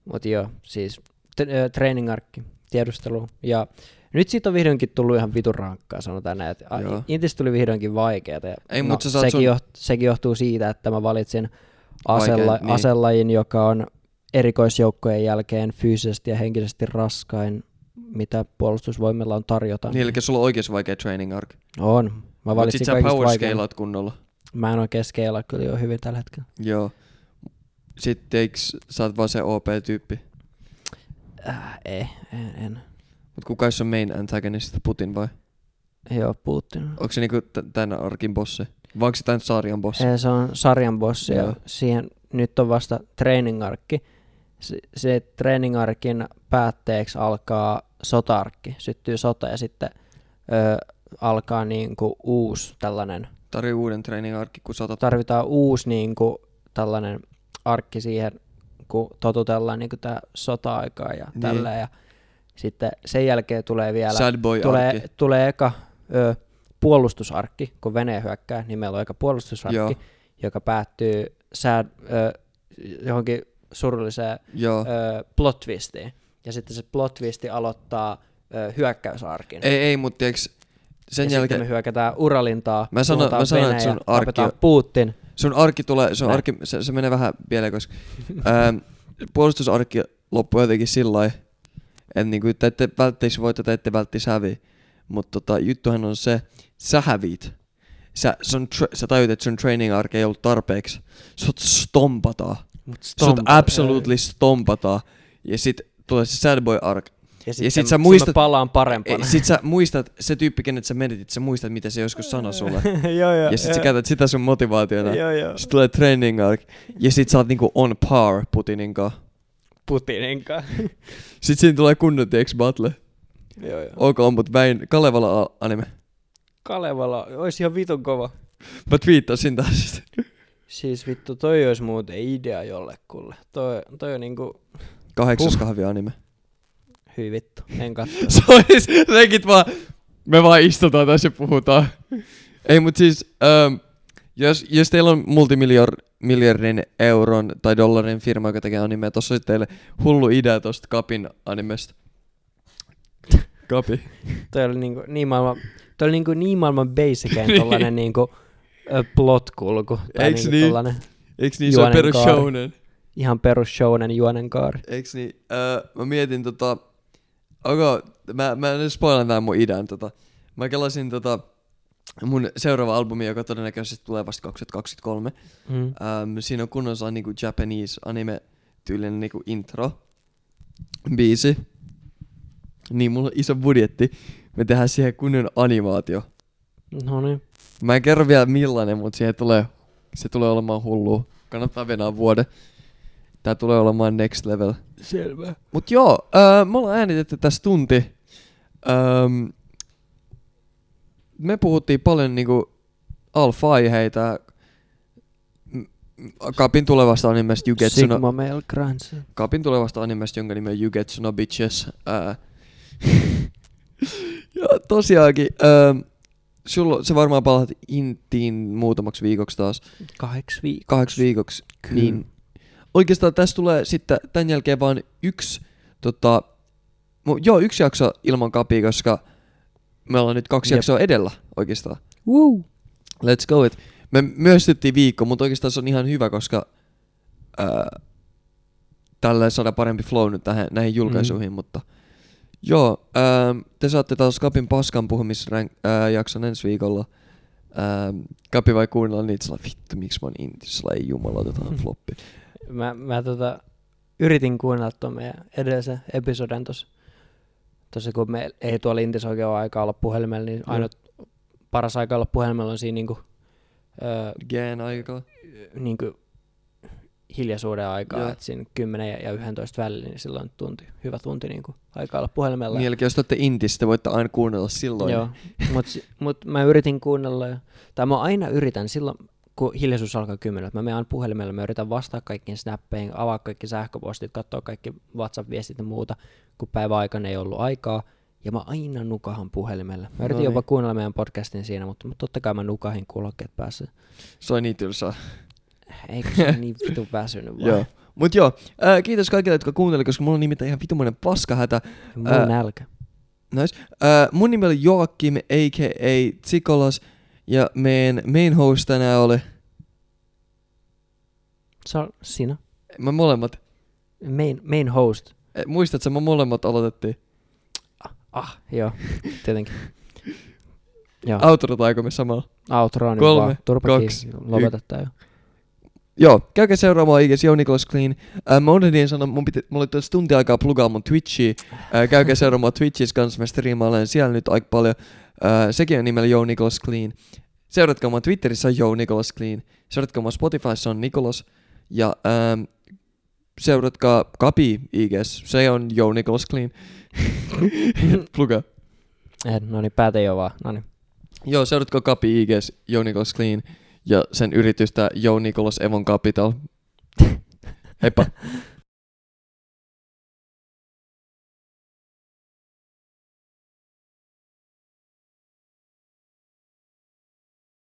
mut joo, siis t- ö, trainingarkki, tiedustelu. Ja nyt siitä on vihdoinkin tullut ihan vitun rankkaa, sanotaan näin. Että
Joo.
Intistä tuli vihdoinkin vaikeeta. ja no,
Ei, mut sä saat
sekin,
sun-
joht- sekin johtuu siitä, että mä valitsin
Vaikein,
asella-
niin.
aselajin, joka on erikoisjoukkojen jälkeen fyysisesti ja henkisesti raskain, mitä puolustusvoimilla on tarjota.
Niin, eli sulla on oikeesti vaikea training arc.
On. Mä
Mut
valitsin
sit sä
kaikista
power
vaikeimmat.
scalaat kunnolla.
Mä en oikein skeilaa kyllä jo hyvin tällä hetkellä.
Joo. Sitten eiks sä oot vaan se OP-tyyppi?
Äh, ei, en, en.
Mut kuka se on main antagonist? Putin vai?
Joo, Putin.
Onko se niinku t- tän arkin bossi? Vai onko se tän sarjan bossi?
Ei, Se on sarjan bossi ja
Joo.
siihen nyt on vasta trainingarkki. Se, se trainingarkin päätteeksi alkaa sotarkki, syttyy sota ja sitten ö, alkaa niinku uusi tällainen,
Tarvii uuden training arkki, kun sä otat...
tarvitaan uusi niinku tällainen arkki siihen, kun totutellaan niinku tää sota-aikaa ja
Niin.
tälleen. Ja sitten sen jälkeen tulee vielä...
Sad boy arkki.
tulee, tulee eka ö, puolustusarkki, kun Venäjä hyökkää, niin meillä on eka puolustusarkki,
Joo.
Joo. joka päättyy sää, ö, johonkin surulliseen
Joo.
ö, plot twistiin. Ja sitten se plot twisti aloittaa ö, hyökkäysarkin.
Ei, ei, mut tiiäks... Sen
ja
jälkeen
sitten me hyökätään Uralintaa,
Mä sanon-
tuhotaan
mä sanon, että
Venäjä,
sun arkki
tapetaan
on-
Putin.
sun arki tulee, sun
Näin.
arki, se, se menee vähän pieleen, koska ää, puolustusarki loppuu jotenkin sillä lailla, että niinku, te ette välttis voita, te ette välttis häviä. Mutta tota, juttuhan on se, sä hävit. Sä, sun, tra- sä tajut, että sun training arki ei ollut tarpeeksi. Sut stompataan.
Mut
Sut absolutely stompataan. Ja sit tulee se sad boy arc.
Ja
sit
sitten,
sä
sit mä
muistat-
palaan parempana.
Ei, Sit sä muistat, se tyyppi, kenet sä menetit, sä muistat, mitä se joskus sanoi
<laughs>
sulle.
joo, joo,
Ja sit sä käytät sitä sun motivaationa.
joo, joo.
Sitten tulee training arc. Ja sit sä oot niinku on par Putinin kanssa.
Putinin kanssa.
Sit siinä tulee kunnon tieks battle.
joo, joo.
Ok, mut väin Kalevala a- anime.
Kalevala, olisi ihan vitun kova.
Mä twiittasin taas sit.
Siis vittu, toi olisi muuten idea jollekulle. Toi, toi on niinku
Kahdeksas
Huh.
kahvi anime. <laughs>
hyi vittu, en <laughs> katso.
Se ois, legit vaan, me vaan istutaan tässä ja puhutaan. Ei mut siis, äm, jos, jos teillä on multimiljardin euron tai dollarin firma, joka tekee animea, tossa olisi teille hullu idea tosta Kapin animesta. Kapi.
toi oli niinku niin maailman, toi oli niinku <laughs> niin maailman basicein tollanen niinku ö, plot-kulku. Tai
Eiks
niinku
niin?
tollanen
Eiks niin, se on
Juonen
perus
kaari.
shounen.
ihan perus shounen juonen kaari.
Eiks niin? Öö, mä mietin tota... Okay, mä, mä nyt spoilan tää mun idän tota. Mä kelasin tota mun seuraava albumi, joka todennäköisesti tulee vasta 2023.
Mm.
Öm, siinä on kunnon saa niinku Japanese anime tyylinen niinku intro biisi. Niin, mulla on iso budjetti. Me tehdään siihen kunnon animaatio.
No niin.
Mä en kerro vielä millainen, mutta siihen tulee, se tulee olemaan hullu. Kannattaa venää vuoden. Tää tulee olemaan next level.
Selvä.
Mut joo, öö, me ollaan äänitetty tässä tunti. Öö, me puhuttiin paljon niinku alfa-aiheita. M- m- Kapin tulevasta animesta Jugetsu no,
Sigma Male Grants.
Kapin tulevasta animesta, jonka nimi on Jugetsu no Bitches. Öö, <laughs> ja tosiaankin, öö, sulla, se varmaan palaat Intiin muutamaksi viikoksi taas.
Kahdeksi viikoksi.
kahdeksi viikoksi.
Kyllä.
Niin oikeastaan tässä tulee sitten tämän jälkeen vain yksi, tota, mu- joo, yksi jakso ilman kapia, koska me ollaan nyt kaksi
Jep.
jaksoa edellä oikeastaan.
Woo.
Let's go it. Me myöstyttiin viikko, mutta oikeastaan se on ihan hyvä, koska ää, tällä saadaan parempi flow nyt tähän, näihin julkaisuihin, mm. mutta joo, ää, te saatte taas Kapin paskan puhumisjakson ensi viikolla. Ää, kapi vai kuunnella niitä, sillä vittu, miksi mä oon intis, sillä ei jumala, otetaan floppi.
Mä, mä tota, yritin kuunnella tuon meidän edellisen episoden tuossa. Tossa kun me ei tuolla Intis oikein ole aikaa olla puhelimella, niin
Joo.
ainoa paras aika olla puhelimella on siinä niinku, ö,
Geen aikaa.
niinku hiljaisuuden aikaa,
Joo.
että siinä 10 ja- ja 11 välillä, niin silloin tunti, hyvä tunti niinku, aikaa olla puhelimella.
Niin, eli jos te olette intis, te voitte aina kuunnella silloin.
Joo, mutta mut mä yritin kuunnella, ja, tai mä aina yritän silloin, kun hiljaisuus alkaa kymmenellä, mä menen aina puhelimella, mä yritän vastata kaikkiin snappeihin, avaa kaikki sähköpostit, katsoa kaikki WhatsApp-viestit ja muuta, kun päivän aikana ei ollut aikaa, ja mä aina nukahan puhelimella. Mä yritin
No
jopa
niin.
kuunnella meidän podcastin siinä, mutta, mutta totta kai mä nukahin kulokkeet päässä.
Se on niin tylsää.
Eikö se ole niin vitun väsynyt vaan?
Joo. Mut joo, ää, kiitos kaikille, jotka kuuntelivat, koska mulla on nimittäin ihan vitumainen paskahätä.
Mulla
Ää,
on nälkä.
Nice. Äh, mun nimi oli Joakim, a.k.a. Tsikolas, ja meidän main host tänään oli,
Se on sinä.
me molemmat,
Main, main host.
eh, muistatko, me molemmat aloitettiin.
Ah, joo,
<laughs>
tietenkin. Joo.
Outrotaanko me samalla?
Outro on
Kolme,
vaan turpa
kaksi,
kiinni, lopeta tää jo.
Joo, käykää seuraamaan IGS Joo Nicholas Clean. Äh, mä unohdin sanoa, mun piti, mulla oli tässä tunti aikaa plugaa mun Twitchiä. Äh, käykää seuraamaan Twitchissä kanssa, mä striimailen siellä nyt aika paljon. Äh, sekin on nimellä Joo Nicholas Clean. Seuratkaa mua Twitterissä on Joo Nicholas Clean. Seuratkaa mua Spotifyssa on Nicholas. Ja ähm, seuratkaa Kapi IGS, se on Joo Nicholas Clean.
<laughs>
plugaa.
Eh, no niin, päät ei oo vaan. No niin.
Joo, seuratkaa Kapi IGS, Joe Nicholas Clean ja sen yritystä Joe Nicholas Evon Capital. Heippa.